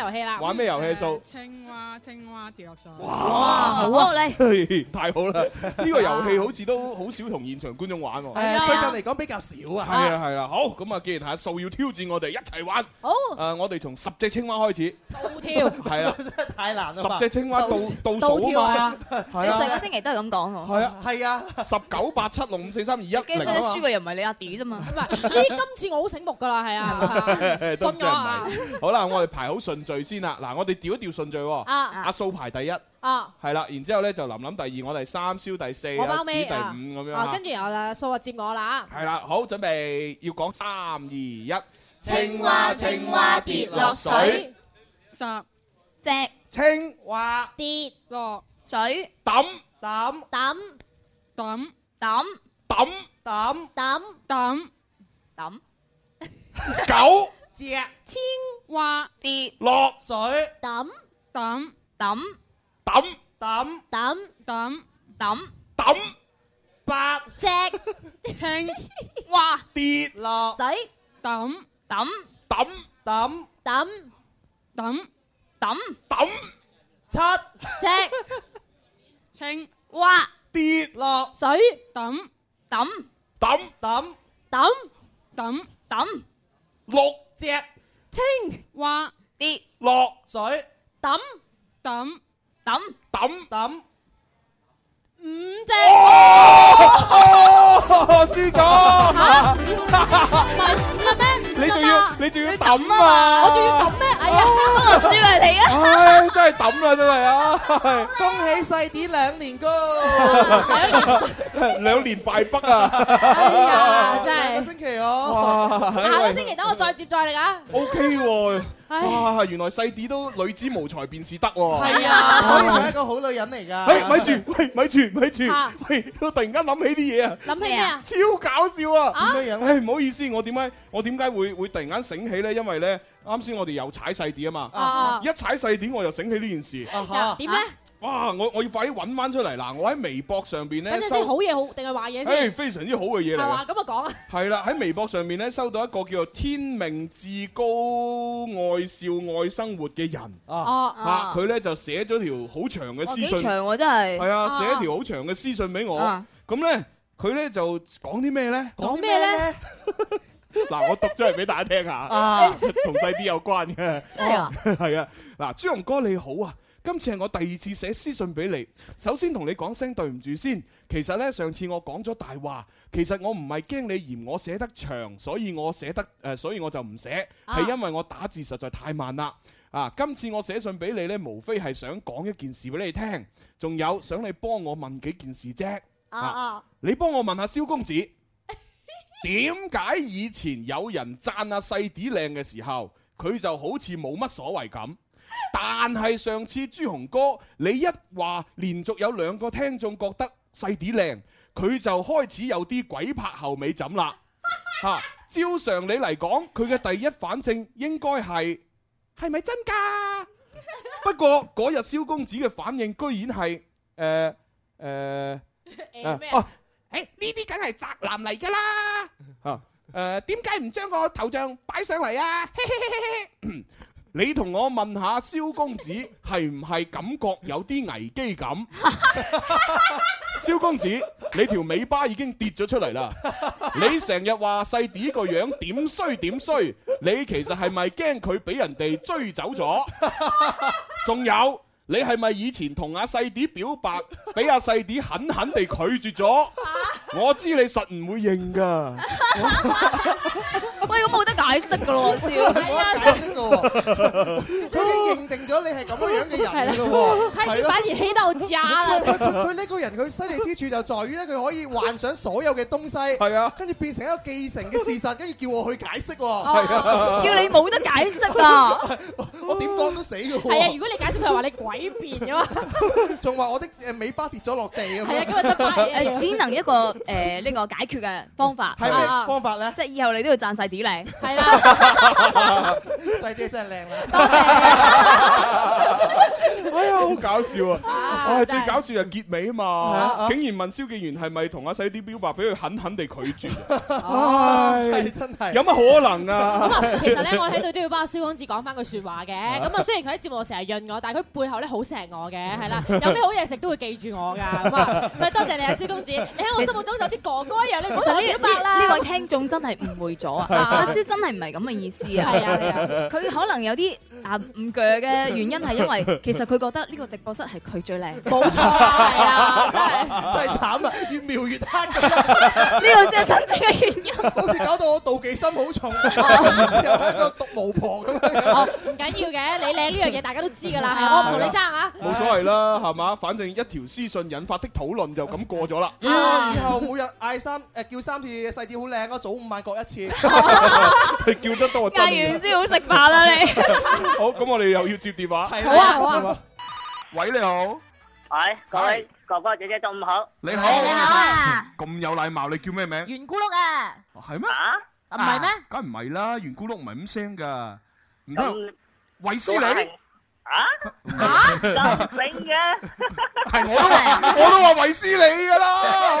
遊戲啦！玩咩遊戲數？青蛙，青蛙跌落水。哇好啊 嚟！太好啦！呢個遊戲好似都好少同現場觀眾玩喎。係啊最近嚟講比較少係啊。啊係啊，好咁啊！既然係阿素要挑戰我哋一齊玩，好誒，我哋從十隻青蛙開始，倒跳係啦， 真係太啊難啦十嘛。隻青蛙倒倒數跳啊啊嘛，！你上個星期都係咁講喎。係啊係啊，十九八七六五四三二一基零本啊都嘛輸。嘅又唔係你阿 D 啫嘛。唔係，咦？今次我好醒目㗎啦，係啊，都信真我啊係唔係。好啦，我哋排好順序先啦。嗱，我哋調一調順序喎。啊阿素排第一，啊！係啦，然之後咧就林林第二，我哋三，蕭第四，我阿包子尾第啊！五咁樣啊啊跟住又啊數啊接我啦啊！係啦，好，準備要講三二一。青蛙青蛙跌落水，十隻青蛙跌落水，抌抌抌抌抌抌抌抌抌抌九隻青蛙跌落水，抌抌抌抌抌抌抌抌抌八隻青哇跌落水抌抌抌抌抌抌抌抌七隻青哇跌落水抌抌抌抌抌抌抌六隻青蛙跌落水抌抌抌抌抌哦，輸咗。你仲要你仲要抌啊！唉，真係抌啦，真係啊！恭喜細啲兩年高， 兩年敗北啊！哎兩個星期哦。哇！O K 喎，哇！原來細啲都女子無才便是德喎。係啊，所以啊佢係一個好女人嚟㗎。哎，咪住，喂，咪住，咪住啊，喂！我突然間諗起啲嘢啊，超搞笑啊！點樣樣唉，唔好意思，我點解我點解會會突然間醒起咧？因為咧，啱先我哋又踩細啲啊嘛啊，一踩細啲我又醒起呢件事。啊嚇哇！我我要快啲揾翻出嚟嗱，我喺微博上邊咧等陣先，收，好嘢好定係壞嘢先？誒非常之好嘅嘢嚟㗎。係嘛？咁啊講啊。係啦，喺微博上面咧收到一個叫做天命至高愛笑愛生活嘅人哦嚇佢咧就寫咗條好長嘅私幾信，長喎真係。係啊，寫一條好長嘅私信俾我啊。咁咧佢咧就講啲咩咧？講咩咧？ 嗱，我讀出嚟俾大家聽下，啊 同細啲有關嘅。真係啊！ 係啊，嗱，朱紅哥你好啊。今次係我第二次寫私信俾你，首先同你講聲對唔住先。其實呢，上次我講咗大話，其實我唔係驚你嫌我寫得長，所以我寫得誒、呃所以我就唔寫，啊係因為我打字實在太慢啦。啊，今次我寫信俾你呢，無非係想講一件事俾你聽，仲有想你幫我問幾件事啫。啊你幫我問下蕭公子， 點解以前有人讚阿細啲靚嘅時候，佢就好似冇乜所謂咁？但係上次朱紅哥，你一話連續有兩個聽眾覺得細啲靚，佢就開始有啲鬼拍後尾枕 啦。嚇、照常理嚟講，佢嘅第一反正應該係係咪真㗎？不過嗰日蕭公子嘅反應居然係 誒誒誒咩啊哦。诶，呢啲梗係宅男嚟㗎啦！啊，誒點解唔將個頭像擺上嚟啊？你同我問下蕭公子係唔係感覺有啲危機感？蕭公子，你條尾巴已經跌咗出嚟啦！你成日話細啲個樣點衰點衰，你其實係咪驚佢俾人哋追走咗？仲有，你係咪以前同阿細啲表白，俾阿細啲狠狠地拒絕咗？我知你實唔會認㗎。喂，咁冇得解釋 噶咯，真係笑。冇得解釋㗎喎，佢已經認定咗你係咁樣樣嘅人㗎喎，係咯佢佢佢呢個人佢犀利之處就在於咧，佢可以幻想所有嘅東西，係啊，跟住變成一個既成嘅事實，跟住叫我去解釋喎，係啊叫你冇得解釋啊，我點講都死㗎喎，係啊，如果你解釋佢話你詭辯㗎嘛。仲話我的誒尾巴跌咗落地咁，係啊咁啊真巴嘢誒，只能一個誒呢個解決嘅方法。係咩啊方法咧？即係以後你都要讚晒啲靚。係啦。細啲真係靚啦。哎 呀，好搞笑啊！唉，最搞笑就結尾啊啊嘛，竟然問蕭敬元係咪同阿細啲表白，俾佢狠狠地拒絕，唉，真係有乜可能啊？ 咁啊，其實呢，我喺度都要幫蕭公子講返句說話嘅。咁啊，雖然佢喺節目度成日潤我，但係佢背後呢，好錫我嘅，係啦。有咩好嘢食都會記住我㗎。咁啊，所以多謝你啊，蕭公子。你喺我心目中就同我表白啦。其實呢呢位聽眾真係誤會咗啊！係啊阿蕭真係唔係咁嘅意思啊！係啊係啊佢可能有啲啊唔鋸嘅原因係因為其實佢覺得呢個直播室係佢最靚，冇錯係啊，真係真係慘啊！越描越黑咁，呢個先係真正嘅原因。好似搞到我妒忌心好重，又哦係一個毒巫婆咁樣。唔緊要嘅，你靚呢樣嘢大家都知㗎啦，啊。係，我唔同你爭啊。冇所謂啦，係嘛？反正一條私信引發的討論就咁過咗啦。嗯以後每日嗌三誒叫三次細啲好靚咯，早午晚各一次。你叫得多真嗌嘅完先好食飯啦你 好，咁我哋又要接電話。係啦好啊好啊接電話。喂，你好，喂，各位哥哥姐姐中午好。你好，你好啊！咁有禮貌，你叫咩名？圓咕碌啊。哦係咩？唔係咩？梗唔係啦，圓咕碌唔係咁聲㗎，唔咁通維斯利？啊？咁醒嘅？係我都話，我都話維斯利㗎啦。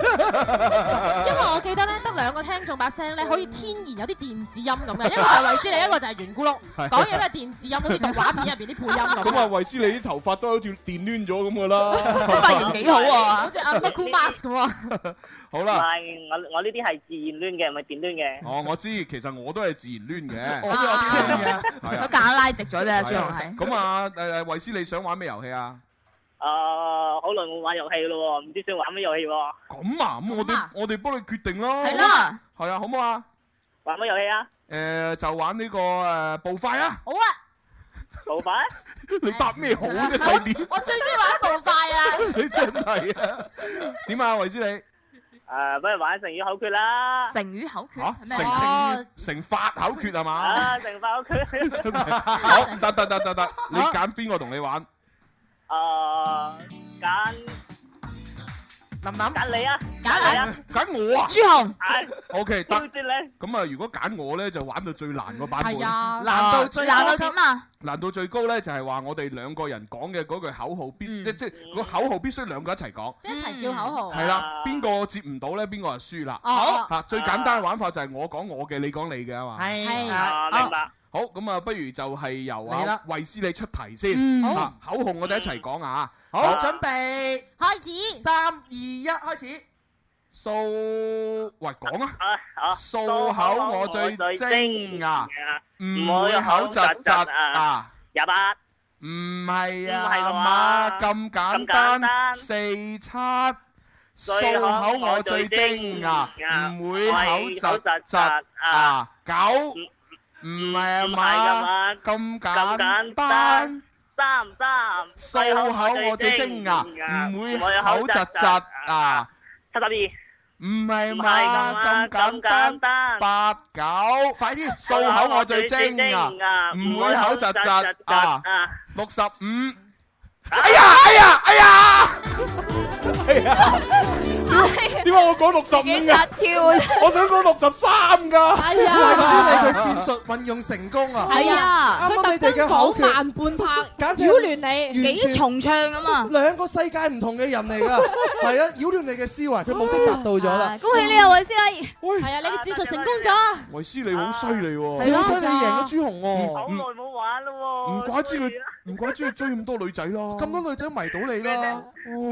Ờ. 因為我記得咧，得兩個聽眾把聲咧，可以天然有啲電子音咁嘅，一個係維斯利，一個就係圓咕碌，係講嘢都係電子音，好似動畫片入邊啲配音 咁。咁啊，維斯利啲頭髮都好似電攣咗咁㗎啦。髮型幾好啊好似阿 m i c h a e Mask 咁啊！好唔啦。係，我我呢啲係自然攣嘅，唔係電攣嘅。哦，我知，其實我都係自然攣嘅。我都有啲係啊佢夾硬拉直咗啫，朱係紅啊係。咁啊，誒誒，維斯，你想玩咩遊戲啊？啊，好耐冇玩遊戲咯喎，唔知想玩咩遊戲喎？咁啊，咁我哋我哋幫你決定啦。係啦。係啊，好唔好啊？玩乜遊戲啊？誒，就玩呢個誒步快啊！好啊，步快。 你答咩好啫，細啲。我最中意玩步快 啦。你真係啊！點啊，維斯你？誒，不如玩成語口訣啦。成語口嚇訣係咩啊？哦成成法口訣係嘛？啊，成法口真訣。係好得得得得得，你揀邊個同你玩？ 啊，揀林林揀你啊，揀揀你啊，揀我啊！朱紅係 OK 挑得。戰你。咁啊，如果揀我咧，就玩到最難個版本。係啊，難度最難到點啊？難度最高咧，就係話我哋兩個人講嘅嗰句口號必即即個口號必須兩個一齊講。即係一齊叫口號。哦係啦，邊個接唔到咧，邊個就輸啦。好嚇最簡單嘅玩法就係我講我嘅，你講你嘅啊嘛。係啊，明白。好，咁啊，不如就係由嚟啦啊維斯你出題先嗯。好啊口號我哋一齊講啊。好，準備，開始。三二一，開始。數，喂講啊，數口我最精啊，唔會口窒窒啊，廿八，唔係唔係啊話嘛，咁簡咁簡單，單四七，數口我最精啊，唔會口窒窒啊，九，唔係啊唔係啊嘛嘛，咁咁簡簡單單。。三三，數口我最精啊，唔會口窒窒啊，七十二。唔係唔係嘛咁啊咁簡咁簡單，單八九，快啲數口我最精啊，唔會口窒窒啊，六十五。哎呀哎呀哎呀！係啊，點點解我講六十五扎噶？跳啊我想講六十三噶。哎係啊，維斯利佢戰術運用成功啊！係 à. 啊 à. 啱啱你哋嘅口訣慢半拍，簡直擾亂你，完全幾重唱啊嘛！兩個世界唔同嘅人嚟㗎，係啊，擾亂你嘅思維，佢目的達到咗啦。恭喜你啊，維斯利！係啊，你嘅戰術成功咗。維斯利好犀利喎，你好犀利，贏咗朱紅好耐喎，冇玩咯唔怪之佢，唔怪之佢追咁多女仔咯。咁多女仔迷到你啦。唔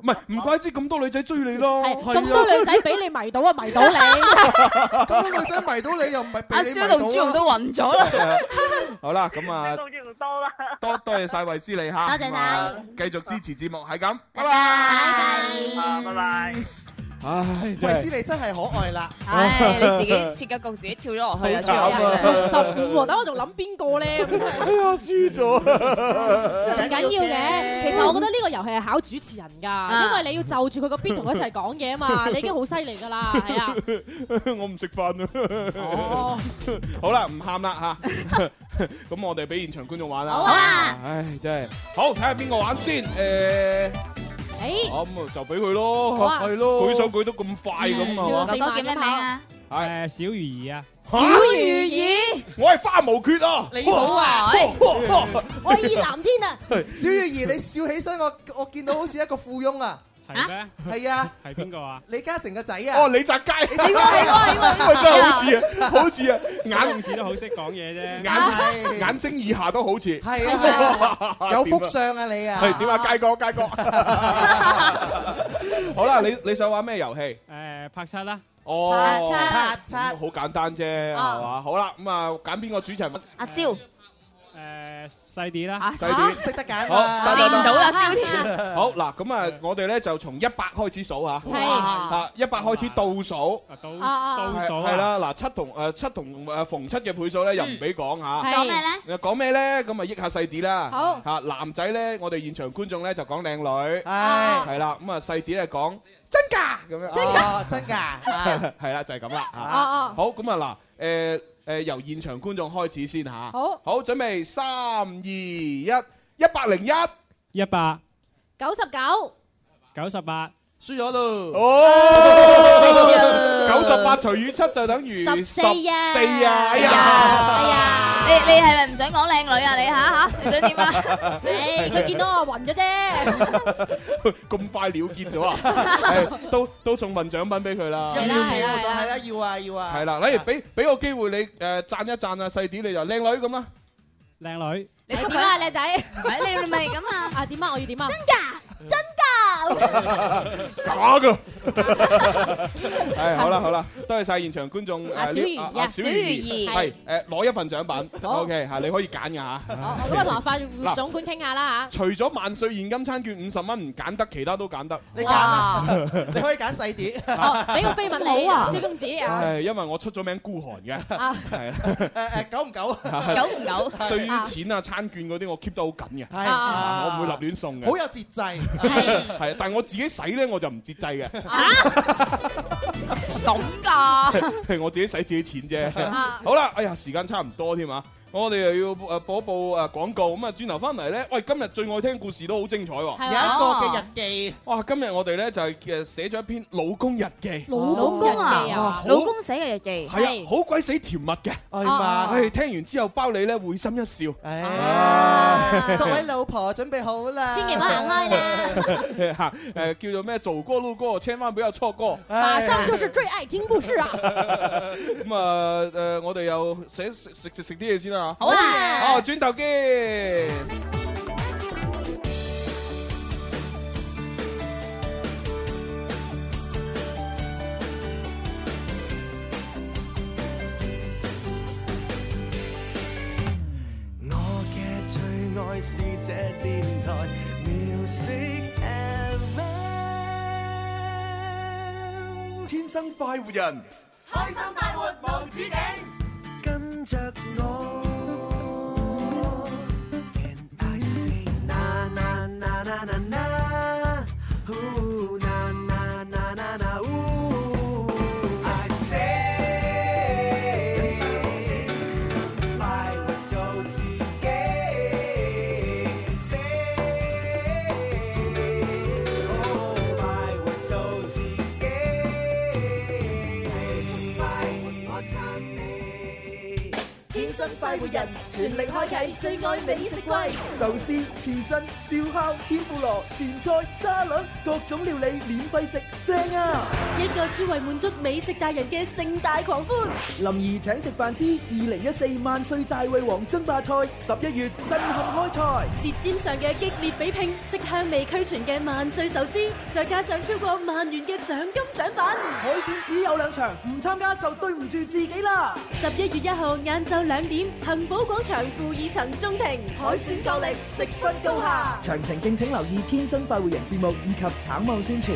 係，唔怪之咁多女仔追你咯。咁多女 仔俾你迷到啊，迷到 你。咁多女仔迷到你又唔係阿俾你迷蕭到同朱紅啦。都暈咗啦。好啦，咁啊，多啦。 多多謝晒維斯利嚇，多謝晒咁啊，繼續支持節目係咁。拜拜。啊，拜拜。唉，真維斯係利真係可愛啦。唉，你自己設個局，自己跳咗落去啊！好慘啊朱紅十五喎，等我仲諗邊個咧？哎呀，輸咗。唔緊要嘅，啊其實我覺得呢個遊戲係考主持人㗎，因為你要就住佢個邊同佢一齊講嘢啊 嘛，你已經好犀利㗎啦，係 啊，我唔食飯 啊！好啦，唔喊 啦吓，咁我哋俾現場觀眾玩啦。好啊！唉，真係好，睇下邊個玩先。誒，誒，我咁啊就俾佢咯，好啊係咯，舉手舉得咁快咁啊嘛。哥哥叫咩名啊？係誒小魚兒啊，小魚兒，我係花無缺啊！你好啊喂我係意南天啊， 小月兒，你笑起身，我我見到好似一個富翁啊！係咩？係啊，係邊個啊？李嘉誠個仔啊！哦，李澤楷，你 真係好 似啊，好 似啊，眼眼同事都好識講嘢啫。 眼眼睛以下都好似。係 啊，有福相啊你啊！係點啊？佳哥，佳哥。好啦，你你想玩咩遊戲？誒拍七啦，哦，拍七拍七咁好簡單啫，係嘛？好啦，咁啊，揀邊個主持人？阿蕭，誒細啲啦，啊細啲識得揀好啊！見到啦，蕭添。好嗱，咁啊，我哋咧就從一百開始數嚇，係嚇一百開始倒數，啊倒啊啊倒數係啊，啦，嗱七同誒七同誒逢七嘅倍數咧又唔俾講嚇。係講咩咧？講咩咧？咁啊，益下細啲啦。好嚇男仔咧，我哋現場觀眾咧就講靚女，唉，係啦，咁啊細啲咧講真㗎咁樣。哦真㗎啊！ 係啦，就係咁啦嚇。哦哦，好，咁啊嗱，誒誒，由現場觀眾開始先吓，好好，準備三二一，一百零一，一百九十九，九十八，輸咗咯，哦，九十八除以七就等於十四啊四啊，哎哎呀，呀，你你係咪唔想講靚女啊？你嚇嚇，你想點 啊？誒，佢見到我暈咗啫，咁快了 結咗啊，係都都送份獎品俾佢啦一。秒啦係秒啦咗，係啦，要啊要啊！係啦，嚟俾俾個機會你誒讚一讚啊，細啲你就靚女咁啦，靚女，你你點啊，靚仔？ 你你咪咁啊？啊點啊？我要點啊？ 真㗎，真㗎。假噶，係好啦好啦，多謝晒現場觀眾。啊小誒呢魚啊啊啊小魚兒係誒攞一份獎品。OK 嚇，你可以揀㗎嚇。我 今日同阿法總管傾下 啦除咗萬歲現金餐券五十蚊唔揀得，其他都揀得。你揀 啊你可以揀細碟。嚇， 俾個飛吻你好啊蕭公子啊！係因為我出咗名孤寒嘅，啊係誒久唔久？ 久唔久對於啊錢啊、餐券嗰啲，我 keep 得好緊嘅，係啊我唔會立亂送嘅。好有節制。 係，但係我自己使咧，我就唔節制嘅。咁 㗎。係 我自己使自己錢啫啊。好啦，哎呀，時間差唔多添啊！我哋又要誒播一播誒廣告，咁啊轉頭翻嚟咧，喂，今日最愛聽故事都好精彩喎，有一個嘅日記。哇！今日我哋咧就係誒寫咗一篇老公日記，老公哇啊好，老公寫嘅日記係啊，好鬼死甜蜜嘅，哎係嘛唉，聽完之後包你咧會心一笑。哎 啊各位老婆準備好啦，千祈唔好行開啦。 嚇啊誒叫做咩？做歌撈歌，千萬不要錯過。馬上就是最愛聽故事啊！咁啊誒，我哋又寫食食食食啲嘢先啦好啊好，轉頭見。我嘅最愛是這電台 Music FM，天生快活人，開心快活無止境，跟着我。And I sing na na na na na na, ooh na na na na na ooh. I say. 快活做自己。Say, oh, 快活做自己，快活我撐你。天生快活人，全力開啟最愛美食季。壽司、刺身、燒烤、天婦羅、前菜、沙律，各種料理免費食，正啊！一個專為滿足美食大人嘅盛大狂歡，林兒請食飯之二零一四萬歲大胃王爭霸賽，十一月震撼開賽。舌尖上嘅激烈比拼，色香味俱全嘅萬歲壽司，再加上超過萬元嘅獎金獎品。海選只有兩場，唔參加就對唔住自己啦。十一月一號晏晝兩點，恒寶廣場負二層中庭，海選角力，食分高下。詳情敬請留意《天生快活人》節目以及橙網宣傳。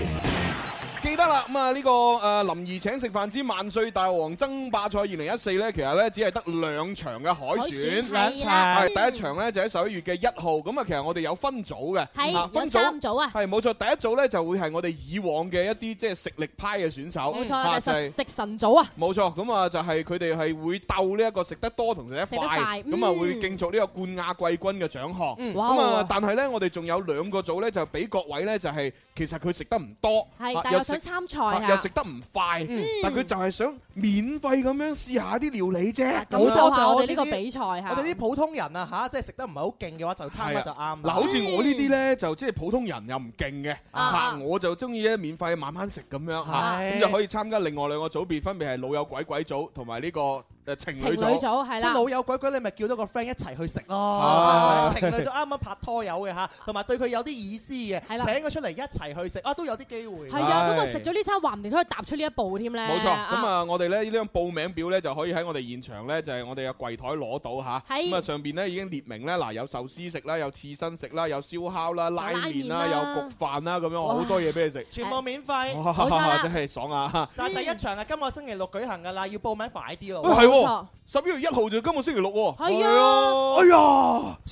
記得啦，咁啊呢個誒林兒請食飯之萬歲大王爭霸賽二零一四咧，其實咧只係得兩場嘅海選，海選係啦係啊第一場咧就喺十一月嘅一號，咁啊其實我哋有分組嘅，係啊有三組啊，係冇錯，第一組咧就會係我哋以往嘅一啲即係食力派嘅選手，冇錯啦，啊就係係食神組啊！冇錯，咁啊就係佢哋係會鬥呢一個食得多同食得食得快，快咁啊嗯會競逐呢個冠亞季軍嘅獎項。嗯咁啊哇，但係呢，我哋仲有兩個組呢，就俾各位呢，就係其實佢食得唔多，係啊但係又想參賽啊啊又食得唔快嗯，但佢就係想免費咁樣試下啲料理啫。咁咁就啊下我哋呢個比賽嚇。我哋啲普通人啊嚇，即係食得唔係好勁嘅話，就參係加啊就啱啦。嗱，好似我呢啲呢，就即係普通人又唔勁嗯嘅，啊嚇我就中意咧免費慢慢食咁樣嚇，係咁就可以參加另外兩個組別，分別係老友鬼鬼組同埋呢個誒嗯情侶組。即係老友鬼鬼，你咪叫多個 friend 一齊去食咯。啊係咪情侶組啱啱拍拖友嘅嚇，同埋對佢有啲意思嘅，係啦請佢出嚟一齊去食啊，都有啲機會。係啊，咁啊係食咗呢餐，話唔定可以踏出呢一步添咧。冇錯，咁啊，我哋咧呢張報名表咧就可以喺我哋現場咧就係我哋嘅櫃台攞到嚇，係咁啊上邊咧已經列明咧嗱有壽司食啦，有刺身食啦，有燒烤啦，拉麵拉啦，麵有啦焗飯啦，咁樣哇好多嘢俾你食，全部免費， 哇真係爽啊！但係第一場係今個星期六舉行㗎啦，要報名快啲咯。喂哦係喎，十一月一號就今個星期六喎，係啊係啊，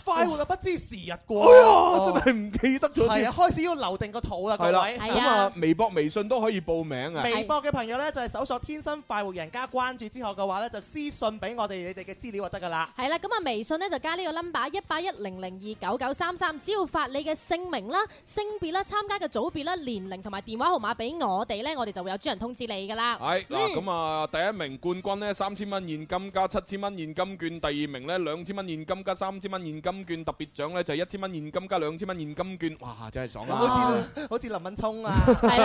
快活啊，不知時日哎呀過。真係唔記得咗係啊，添，開始要留定個肚啦，各係啦，位。咁啊微博、微信都可以報名啊，微博嘅朋友咧，就係搜索「天生快活人」加關注之後嘅話咧，就私信俾我哋你哋嘅資料就得㗎啦。係啦，咁啊微信咧就加呢個 number 一八一零零二九九三三，只要發你嘅姓名啦、性別啦、參加嘅組別啦、年齡同埋電話號碼俾我哋咧，我哋就會有專人通知你噶啦。係嗱，嗯咁啊，第一名冠軍呢，三千蚊現金加七千蚊現金券；第二名呢，兩千蚊現金加三千蚊現金券；特別獎呢，就一千蚊現金加兩千蚊現金券。哇，真係爽好 啊！似好似林敏聰啊， 係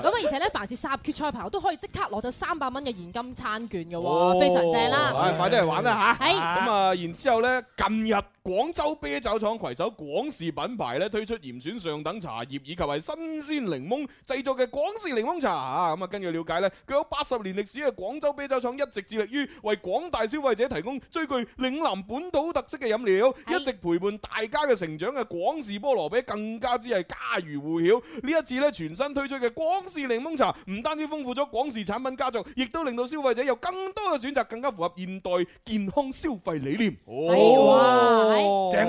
咁啊，而且咧，凡是殺入決賽嘅朋友都可以即刻攞到三百蚊嘅現哦哦金餐券嘅喎，非常正啦。唉快啲嚟玩啦吓！係咁啊，然之後呢，近日廣廣州啤酒廠攜手廣氏品牌咧推出嚴選上等茶葉以及係新鮮檸檬製作嘅廣氏檸檬茶啊！咁啊，根據了解咧，具有八十年歷史嘅廣州啤酒廠一直致力於為廣大消費者提供最具嶺南本土特色嘅飲料，一直陪伴大家嘅成長嘅廣氏菠蘿啤更加之係家喻戶曉。呢一次咧全新推出嘅廣氏檸檬茶，唔單止豐富咗廣氏產品家族，亦都令到消費者有更多嘅選擇，更加符合現代健康消費理念。哎正啊！哇哦真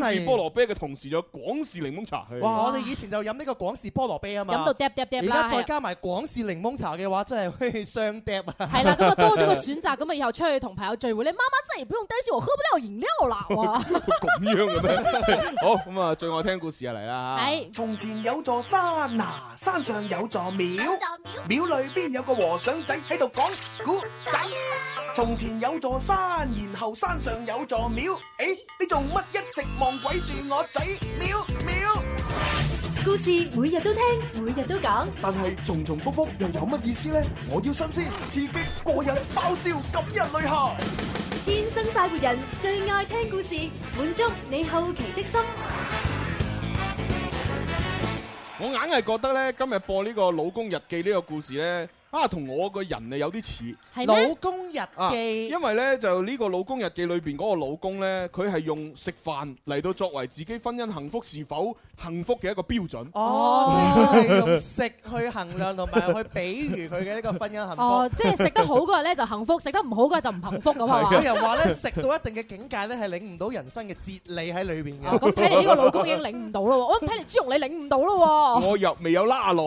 廣係氏菠蘿啤嘅同時，有廣氏檸檬茶。哇！我哋以前就飲呢個廣氏菠蘿啤啊嘛，飲到嗒嗒嗒而啦家係再啊加埋廣氏檸檬茶嘅話，真係可以雙嗒啊！係啦， 咁啊多咗個選擇，咁啊以後出去同朋友聚會咧，媽媽真係不用擔心我喝不了飲料啦， 哇！ 咁樣嘅咩？ 好咁啊，最愛聽故事啊嚟啦！從前有座山嗱、山上有座廟，廟哎裏邊有個和尚仔喺度講古仔。從前有座山，然後山上有座廟。誒，你做乜一直望鬼住我仔？廟廟。故事每日都聽，每日都講。但係重重複複又有乜意思呢？我要新鮮、刺激、過癮、爆笑、感人淚下。天生快活人最愛聽故事，滿足你好奇的心。我硬係覺得咧，今日播呢個《老公日記》呢個故事咧，啊，同我個人啊有啲似。係咩老公日記啊因為咧就呢個《老公日記》裏邊嗰個老公咧，佢係用食飯嚟到作為自己婚姻幸福是否幸福嘅一個標準。哦，即係佢係用食去衡量同埋去比喻佢嘅呢個婚姻幸福。哦，即係食得好嗰日咧就幸福，食得唔好嗰日就唔幸福咁啊嘛。 有人話咧，食到一定嘅境界咧，係領唔到人生嘅哲理喺裏邊嘅。哦咁睇嚟呢個老公已經 領唔到咯，哦我睇嚟朱容你領唔到咯。我又 未有拉來。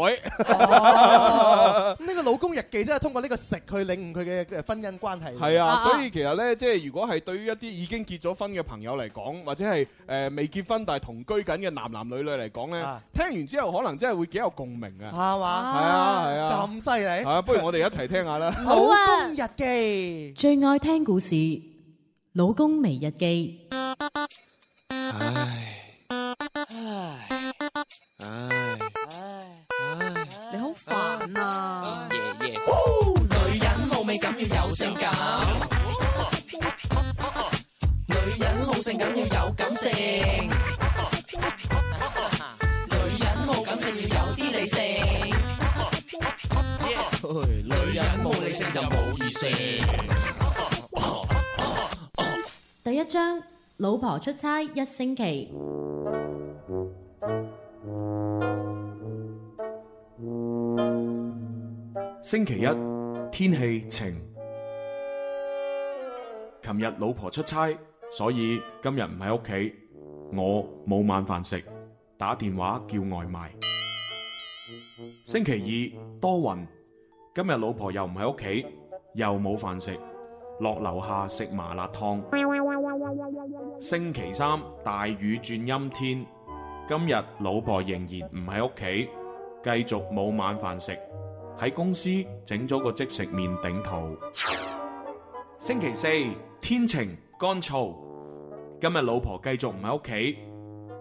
呢個老公日記真係通過呢個食去領悟佢嘅嘅婚姻關係。係啊，所以其實呢，即係如果係對於一啲已經結咗婚嘅朋友嚟講，或者係誒、呃未結婚但係同居緊嘅男男女女嚟講呢，聽完之後可能真係會幾有共鳴啊！啊係嘛？係啊係啊，咁犀利啊係啊，不如我哋一齊聽下啦。老公日記。最愛聽故事《老公微日記》。你好煩啊！耶耶，女人冇美感要有性感，女人冇性感要有感性，女人冇感性要有啲理性。女人冇理性就冇異性。第一章：老婆出差一星期。星期一天氣晴。琴日老婆出差，所以今日唔喺屋企，我冇晚飯食，打電話叫外賣。星期二多雲，今日老婆又唔喺屋企，又冇飯食，落樓下食麻辣燙。星期三大雨轉陰天，今日老婆仍然唔喺屋企，繼續冇晚飯食，喺公司整咗個即食麵頂肚。星期四天晴乾燥，今日老婆繼續唔喺屋企，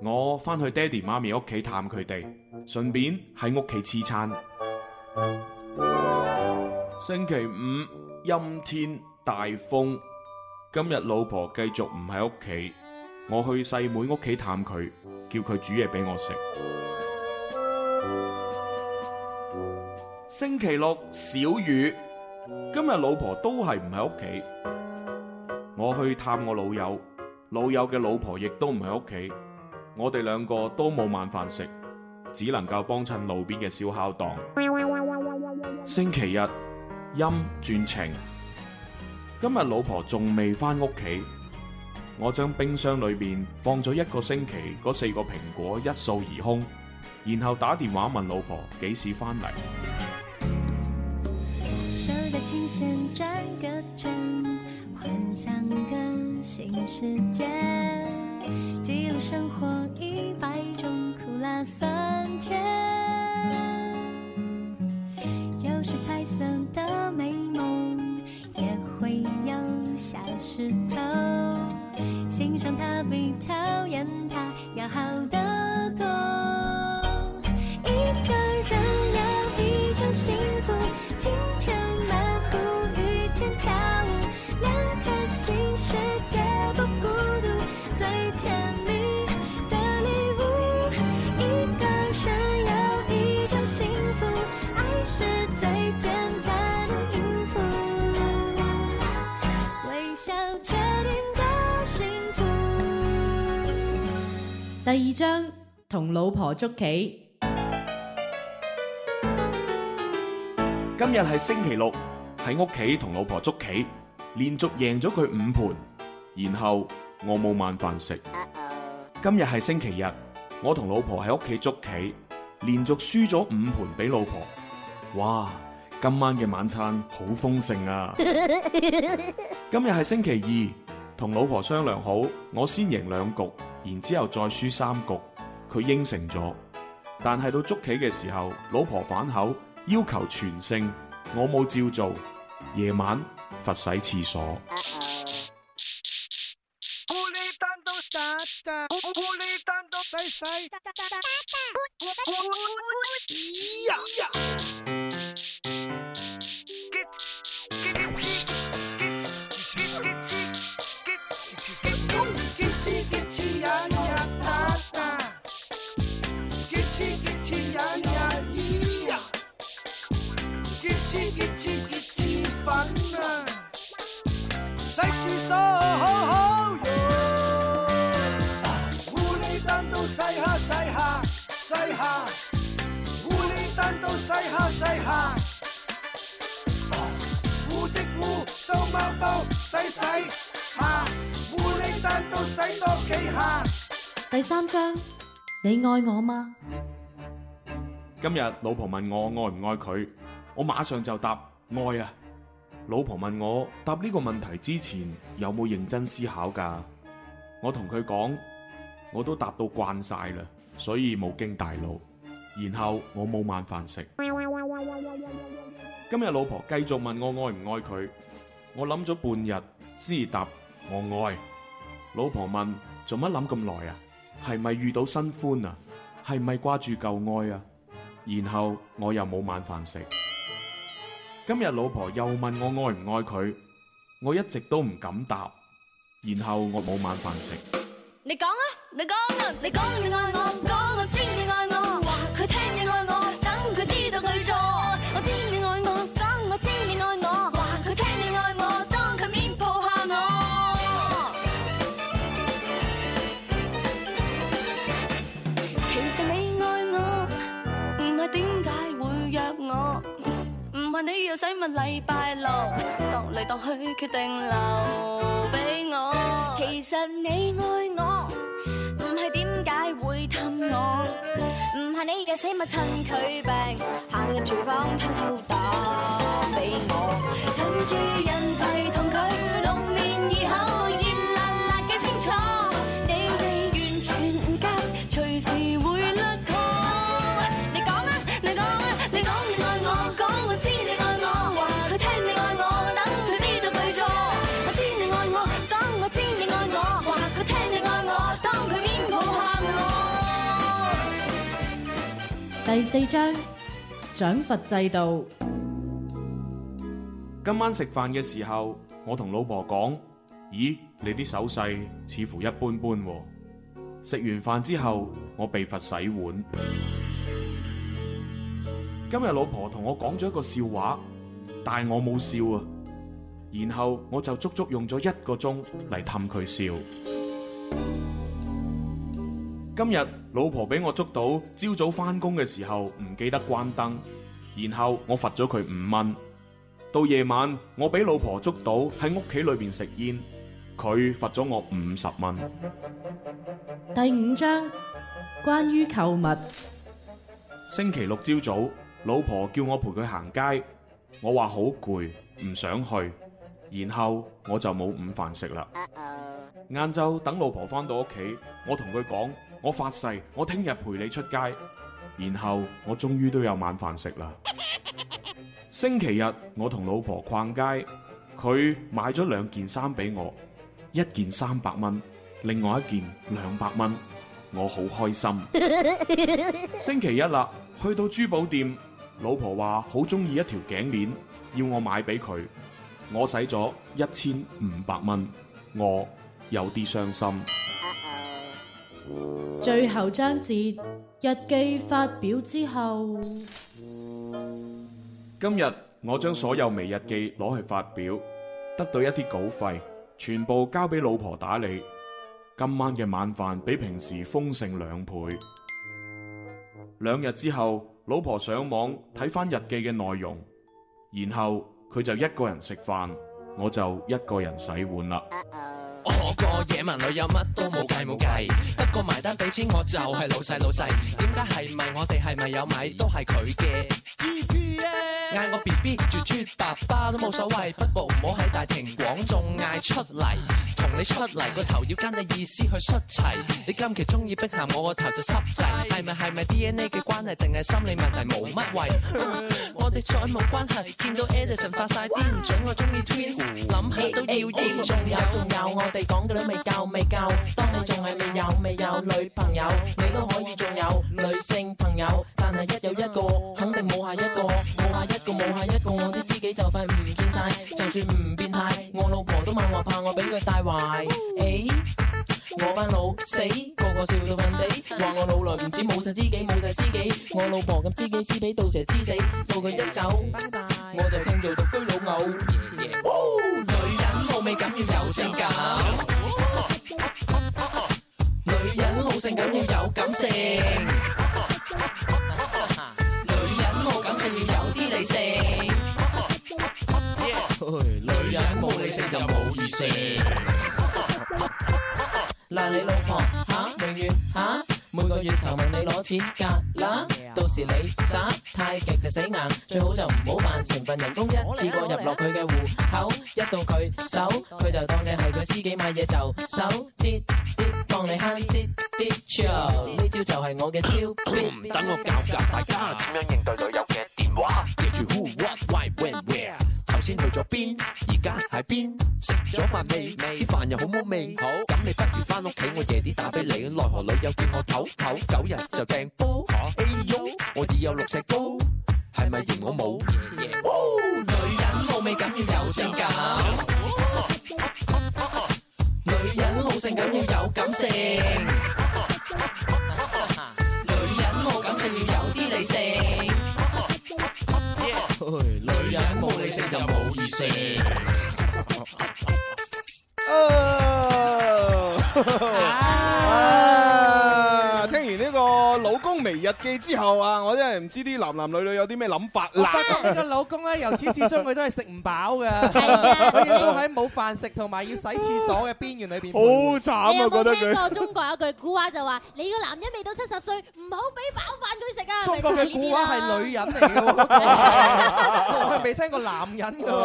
我翻去爹哋媽咪屋企探佢哋，順便喺屋企黐餐。星期五陰天大風，今日老婆繼續唔喺屋企，我去細妹屋企探佢，叫佢煮嘢俾我食。星期六小雨，今日老婆都係唔喺屋企，我去探我老友，老友嘅老婆亦都唔喺屋企，我哋兩個都冇晚飯食，只能夠幫襯路邊嘅燒烤檔。星期日陰轉晴，今日老婆仲未返屋企，我將冰箱裏邊放咗一個星期嗰四個蘋果一掃而空，然後打電話問老婆幾時返嚟。手的琴弦转个圈，幻想个新世界，记录生活一百种苦辣酸甜。有时彩色的美梦也会有小石头，欣赏它比讨厌它要好得多。一个人有一种幸福，晴天漫步，雨天跳舞，两颗心世界不孤独，最甜第二章同老婆捉棋。今日係星期六，喺屋企同老婆捉棋，連續贏咗佢五盤，然後我冇晚飯食。今日係星期日，我同老婆喺屋企捉棋，連續輸咗五盤俾老婆。哇！今晚嘅晚餐好豐盛啊！今日係星期二，同老婆商量好，我先贏兩局，然之後再輸三局，佢應承咗。但係到捉棋嘅時候，老婆反口要求全勝，我冇照做。夜晚罰洗廁所。第三章，你愛我嗎？今日老婆問我愛唔愛佢，我馬上就答愛啊。老婆問我答呢個問題之前有冇認真思考㗎？我同佢講，我都答到慣晒啦，所以冇經大腦。然後我冇晚飯食。今日老婆繼續問我愛唔愛佢，我諗咗半日先至答我愛。老婆問做乜諗咁耐啊？係咪遇到新歡啊？係咪掛住舊愛啊？然後我又冇晚飯食。今日老婆又問我愛唔愛佢，我一直都唔敢答。然後我冇晚飯食。你講啊，你講啊，你講你愛我，講我知你愛我，話佢聽你愛我，等佢知道佢錯。我知你愛我，講我知你愛我，話佢聽你愛我，當佢面抱下我。其實你愛我，唔係點解會約我，唔係你又使乜禮拜六，踱嚟踱去決定留俾我。其實你愛我，唔係點解會氹我，唔係你嘅死物趁佢病，行入廚房偷偷打俾我，趁住人齊同佢露面以後，熱辣辣嘅清楚，你哋完全唔夾，隨時會甩拖。你講啊，你講啊，你講你愛我，講我知你愛我，話佢聽你愛我，等佢知道佢錯。我知你愛我，講我知你愛我，話佢聽你愛我，當佢面抱下我。第四章獎罰制度。今晚食飯嘅時候，我同老婆講：咦，你啲手勢似乎一般般喎。食完飯之後，我被罰洗碗。今日老婆同我講咗一個笑話，但係我冇笑啊。然後我就足足用咗一個鐘嚟氹佢笑。今日老婆俾我捉到，朝早翻工嘅時候唔記得關燈，然後我罰咗佢五蚊。到夜晚我俾老婆捉到喺屋企裏邊食煙，佢罰咗我五十蚊。第五章關於購物。星期六朝早，老婆叫我陪佢行街，我話好攰，唔想去，然後我就冇午飯食啦。晏晝等老婆返到屋企，我同佢講，我發誓我聽日陪你出街，然後我終於都有晚飯食啦。星期日我同老婆逛街，佢買咗兩件衫俾我，一件三百蚊，另外一件兩百蚊，我好開心。星期一啦，去到珠寶店，老婆話好中意一條頸鏈，要我買俾佢。我使咗一千五百蚊，我有啲傷心。最後章節日記發表之後，今日我將所有微日記攞去發表，得到一啲稿費，全部交俾老婆打理。今晚嘅晚飯比平時豐盛兩倍。兩日之後，老婆上網睇翻日記嘅內容，然後佢就一個人食飯，我就一個人洗碗啦。我個野蠻女友乜都冇計冇計，不過埋單俾錢我就係老細老細。點解係咪我哋係咪有米都係佢嘅？嗌我 B B 豬豬爸爸都冇所謂，不過唔好喺大庭廣眾嗌出嚟。同你出嚟個頭要跟你意思去出齊。你今期中意碧咸，我個頭就濕滯。係咪係咪 D N A 嘅關係，定係心理問題冇乜謂？我哋再冇關係，見到 Edison 發晒癲，唔準我中意 Twins，諗起都要厭。仲有仲有，我哋講嘅都未夠未夠，當你仲係未有未有女朋友，你都可以仲有女性朋友，但係一有一個肯定冇下一個，冇下一個冇下一個，我啲知己就快唔見晒，就算唔變態，我老婆都問話怕我俾佢帶壞，誒、我班老死個個笑到瞓地，話我老來唔止冇晒知己冇晒知己，我老婆咁知己知彼到蛇知死，到佢一走，我就拼做獨居老偶。女人冇美感要有性感，女人冇性感要有感性，女人冇感性要有啲理性。女人冇理性就冇異性。嗱你老婆吓，永遠吓，每個月頭問你攞錢㗎啦，到時你耍太極就死硬，最好就唔好扮成份人工一次過入落佢嘅户口，一到佢手佢就當你係佢司機買嘢就手啲啲幫你慳啲啲 c 呢招就係我嘅招等我教教大家點樣應對女友嘅電話，記住 who what why when where。頭先去咗邊，而家喺邊？食咗飯未？啲飯又好冇味。好，咁你不如翻屋企，我夜啲打俾你。奈何女友叫我唞唞，九日就掟煲。哎喲，我已有六尺高，係咪嫌我冇？女人冇美感要有性感，女人冇性感要有感性，女人冇感性要有啲理性。女人冇理性就冇異性。Oh！ 啊聽完呢個老公微日記之後啊，我真係唔知啲男男女女有啲咩諗法我啦。發覺呢個老公咧，由始至終佢都係食唔飽嘅，啊佢亦都喺冇飯食同埋要洗廁所嘅邊緣裏邊徘徊。好慘啊你有覺得冇佢聽過中國有句古話就話：你個男人未到七十歲，唔好俾飽飯佢食啊！中 國嘅古話係女人嚟 嘅喎，嗰個我係未聽過男人嘅 喎。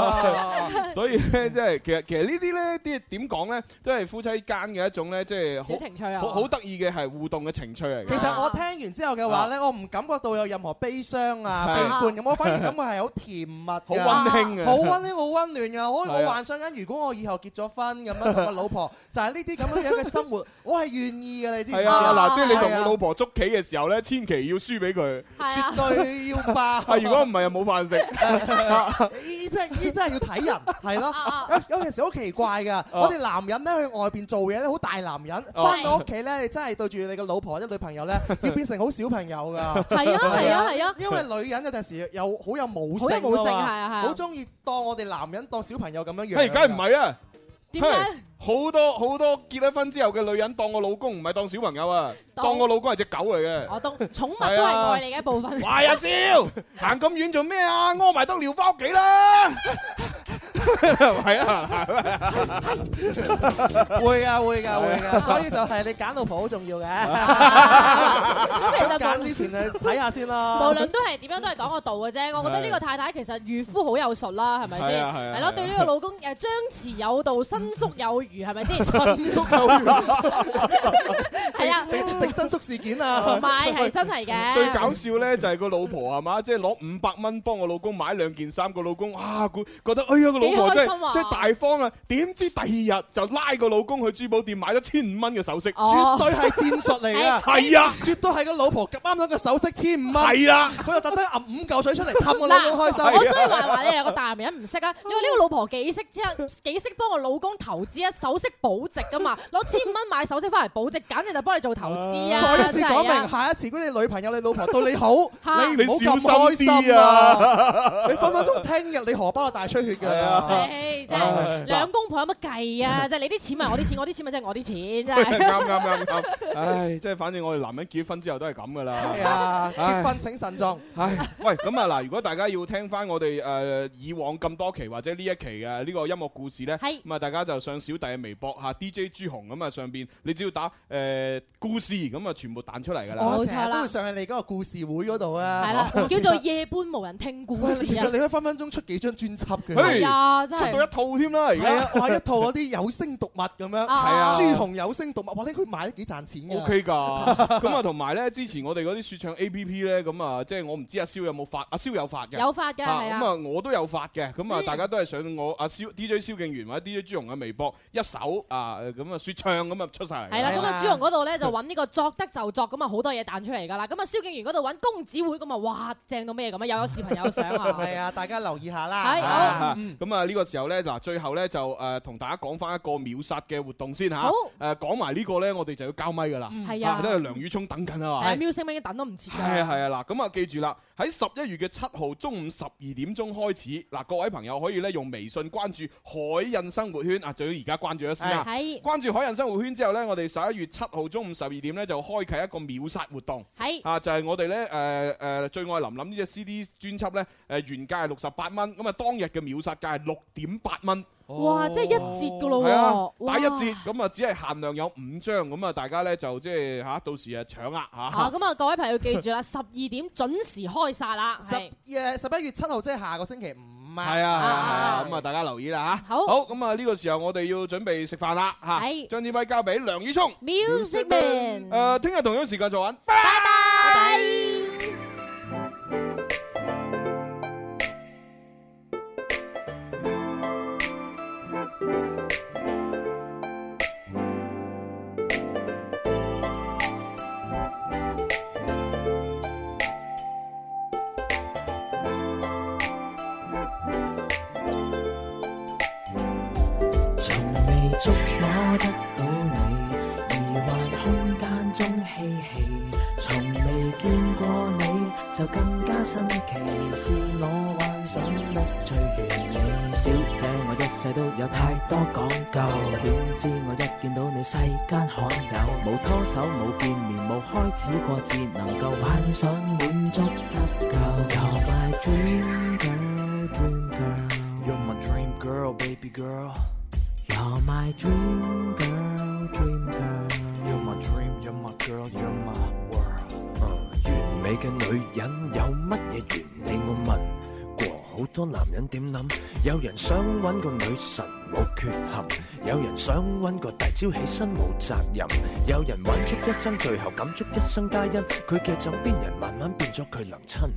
所以咧，即係其實其實呢啲咧，啲點講咧，都係夫妻間嘅一種咧，即係好小情趣啊好好得意嘅係互動嘅情趣嚟嘅。其實我聽完之後嘅話咧，我唔感覺到有任何悲傷啊、悲觀咁，我反而感覺係好甜蜜、好溫馨啊好温馨、好温暖㗎。我係啊我幻想緊，如果我以後結咗婚咁啊樣同個老 婆，就係呢啲咁樣樣嘅生活，我係願意嘅，你知唔知係啊，嗱，即係你同你老婆捉棋嘅時候咧，千祈要輸俾佢，絕對要爆 啊！如果唔係又冇 飯食。依依真係依真係要睇人，係啊咯。有有陣時好奇怪啊㗎，我哋男人咧去外邊做嘢咧好大男人，哦翻到屋企咧你真係對住你個老婆或者女朋友 咧，要變成好小朋友㗎。係啊係啊係啊因為女人有陣時又好有母性好有母性㗎嘛係啊係啊好中意當我哋男人當小朋友咁樣樣。嘿，梗係唔係啊？點解嘿？好多好多結咗婚之後嘅女人當我老公唔係當小朋友啊，當當我老公係只狗嚟嘅。 我當寵物都啊係愛你嘅一部分。喂阿少，行咁遠做咩啊？屙埋督尿翻屋 企啦！係啊，會㗎會㗎會㗎，所以就係你揀老婆好重要嘅。其實無揀之前就睇下先啦。無論都係點樣都係講個道嘅啫，我覺得呢個太太其實漁夫好有術啦，係咪係先？啊係啊係係咯，啊對呢個老公誒張弛有度，伸縮有餘，係咪先？ 伸縮有餘 係啊，迪迪新宿事件啊，唔係係真係嘅。最搞笑咧就係個老婆係嘛，即係攞五百蚊幫我老公買兩件衫，個老公啊估覺得哎呀個老婆真幾開心係啊真係大方啊！點知第二日就拉個老公去珠寶店買咗千五蚊嘅首飾，哦絕對係戰 術嚟㗎，係啊，絕對係個老婆夾啱咗個首飾千五蚊，係啦佢就特登揞五嚿水出嚟氹我老嗱，公開心。我所以話話你有個大男人唔識 啊，因為呢個老婆幾識之後幾啊識幫我老公投資啊，首飾保值噶嘛，攞千五蚊買首飾翻嚟保值，簡直就幫你做投知啊！再一次真係講啊明，下一次如果你女朋友、你老婆對你好，嚇你唔好咁開你小心心啲啊啊！你分分鐘聽日你荷包大出血㗎。Ờ. 唉真係兩公婆有乜計啊！即係你啲錢咪我啲錢，我啲錢咪即係我啲錢， 真啱係。啱啱啱，唉，即係反正我哋男人結婚之後都係咁噶啦。係啊，唉結婚請慎重。唉，喂，咁啊嗱，如果大家要聽翻我哋誒、呃以往咁多期或者呢一期嘅呢個音樂故事咧，係咁啊大家就上小弟嘅微博嚇 DJ 朱紅咁啊上邊，你只要打誒、呃故事咁啊全部彈出嚟㗎啦。我成日都會上去你嗰個故事會嗰度啊。係啦，叫做夜半無人聽故喂其事啊實！你可以分分鐘出幾張專輯嘅。係啊真係出到一套添啦，而家係啊，哇！一套嗰啲有聲讀物咁樣，啊朱紅有聲讀物，哇！呢佢賣得幾賺錢嘅。 O K 㗎，咁啊同埋咧，之前我哋嗰啲説唱 A P P 咧，咁啊即係我唔知阿蕭有冇發，阿蕭有發嘅，有發㗎啊係啊咁啊我都有發嘅，咁啊嗯大家都係上我阿蕭 D J 蕭敬元或者 D J 朱紅嘅微博一搜啊咁啊説唱咁啊出晒嚟㗎，係啦，咁啊朱紅嗰度咧就揾呢個作得就作，咁啊好多嘢彈出嚟㗎啦。咁啊蕭敬元嗰度揾公子會，咁啊哇正到咩咁啊，又有視頻又有相啊！ 係啊，大家留意下啦。係好啊咁啊呢個時候呢，嗱最後呢，就誒同大家講翻一個秒殺嘅活動先嚇好。誒講埋呢個呢，我哋就要交咪噶啦。嗯係啊都係梁宇聰等緊啊嘛。係 music Man 已經等都唔切㗎。係啊係啊嗱，咁啊記住啦，喺十一月嘅七號中午十二點鐘開始，嗱各位朋友可以咧用微信關注海印生活圈啊，最好而家關注咗先啦。係係關注海印生活圈之後咧，我哋十一月七號中午十二點咧就開啟一個秒殺活動。係啊，就係我哋咧誒誒最愛琳琳呢只 CD 專輯咧誒原價係六十八蚊，咁啊當日嘅秒殺價係六點八蚊。哦哇！即係一折㗎咯係啊喎，，打一哇折咁啊，只係限量有五張，咁啊，大家咧就即係嚇，到時啊搶啦嚇。啊，咁啊，各位朋友記住啦，十二點準時開殺啦，十係誒十一月七號即係下個星期五啊。係啊，係啊，咁啊，大家留意啦嚇。好，咁啊，呢個時候我哋要準備食飯啦嚇。將支咪交俾梁宇聰。 Music Man 誒，聽日同樣時間再玩。從未捉摸得到你，而幻空間中嬉戲，從未見過你就更加新奇，是我幻想得最完美。小姐，我一世都有太多講究，點知我一見到你世間罕有，冇拖手冇見面冇開始過節，能夠幻想滿足得夠。You're my dream girl, dream girl, you're my dream girl, baby girl. You're my dream girl, dream girl. You're my dream, you're my girl, you're my world. 啊完美嘅女人有乜嘢完美？我問過好多男人點諗，有人想揾個女神冇缺陷，有人想揾個大朝起身冇責任，有人揾足一生，最後感觸一生皆因佢嘅枕邊人慢慢變咗佢娘親。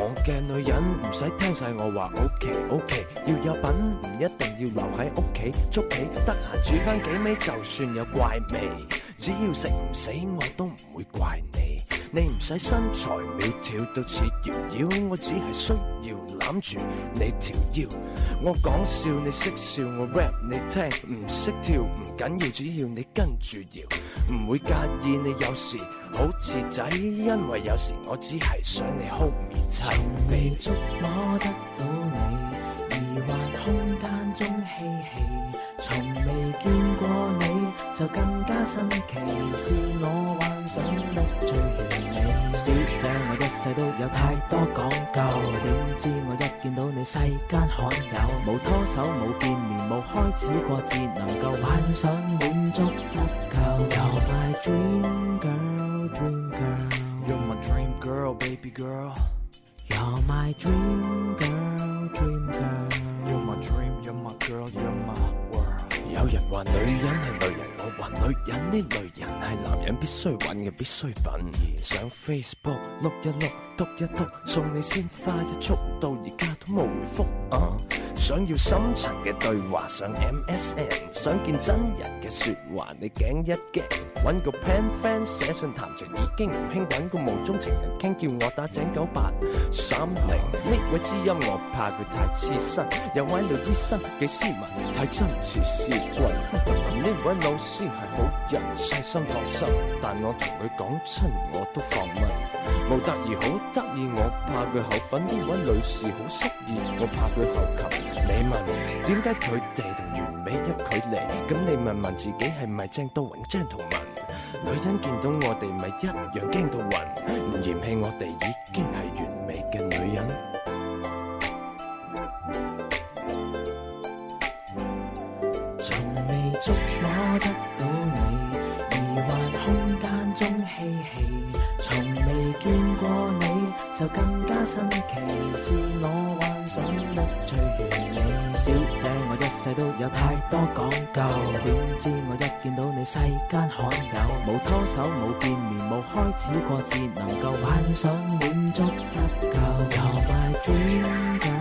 我嘅女人唔使聽晒我話，OK OK，要有品，唔一定要留喺屋企，捉棋得閒煮翻幾味，就算有怪味，只要食唔死我都唔會怪你。你唔使身材苗條到似搖搖，我只係需要攬住你條腰。我講笑你識笑，我 rap 你聽，唔識跳唔緊要，只要你跟住搖，唔會介意你有時好似仔，因為有時我只係想你 hold me tight。未觸摸得到你，而幻空間中嬉戲，從未見過你就更加新奇，是我幻想得最完美。小姐，我一世都有太多講究，點知我一見到你世間罕有，冇拖手冇見面冇開始過節，能夠幻想滿足得夠。You're my dream girl, dream girl, you're my dream girl, baby girl. You're my dream girl, dream girl. You're my dream, you're my girl, you're my world. 有人話女人係女人，我話女人呢類人係男人必須揾嘅必需品。上 Facebook 碌一碌，篤一篤，送你鮮花一束，到而家都冇回覆。啊想要深層嘅對話，上 MSN；想見真人嘅説話，你頸一驚。揾個 pen friend 寫信談情已經唔興，揾個夢中情人傾，叫我打井九八三零。呢位知音我怕佢太黐身，有位女醫生幾斯文，睇真唔似詩君。呢位老師係好人，細心學生，但我同佢講親我都放問，冇得意好得意，我怕佢口粉。呢位女士好適意，我怕佢後勤。你問點解佢哋同完美一距離？咁你問問自己係咪正到榮張同文？女人見到我哋咪一樣驚到暈，唔嫌棄我哋已經係完美嘅女人。從未觸摸得到你，迷幻空間中嬉戲，從未見過你就更加新奇，是我幻想得最完美。小姐，我一世都有太多講究，點知我一見到你世間罕有，冇拖手，冇見面，冇開始過節，能夠幻想滿足得夠，You're my dream girl。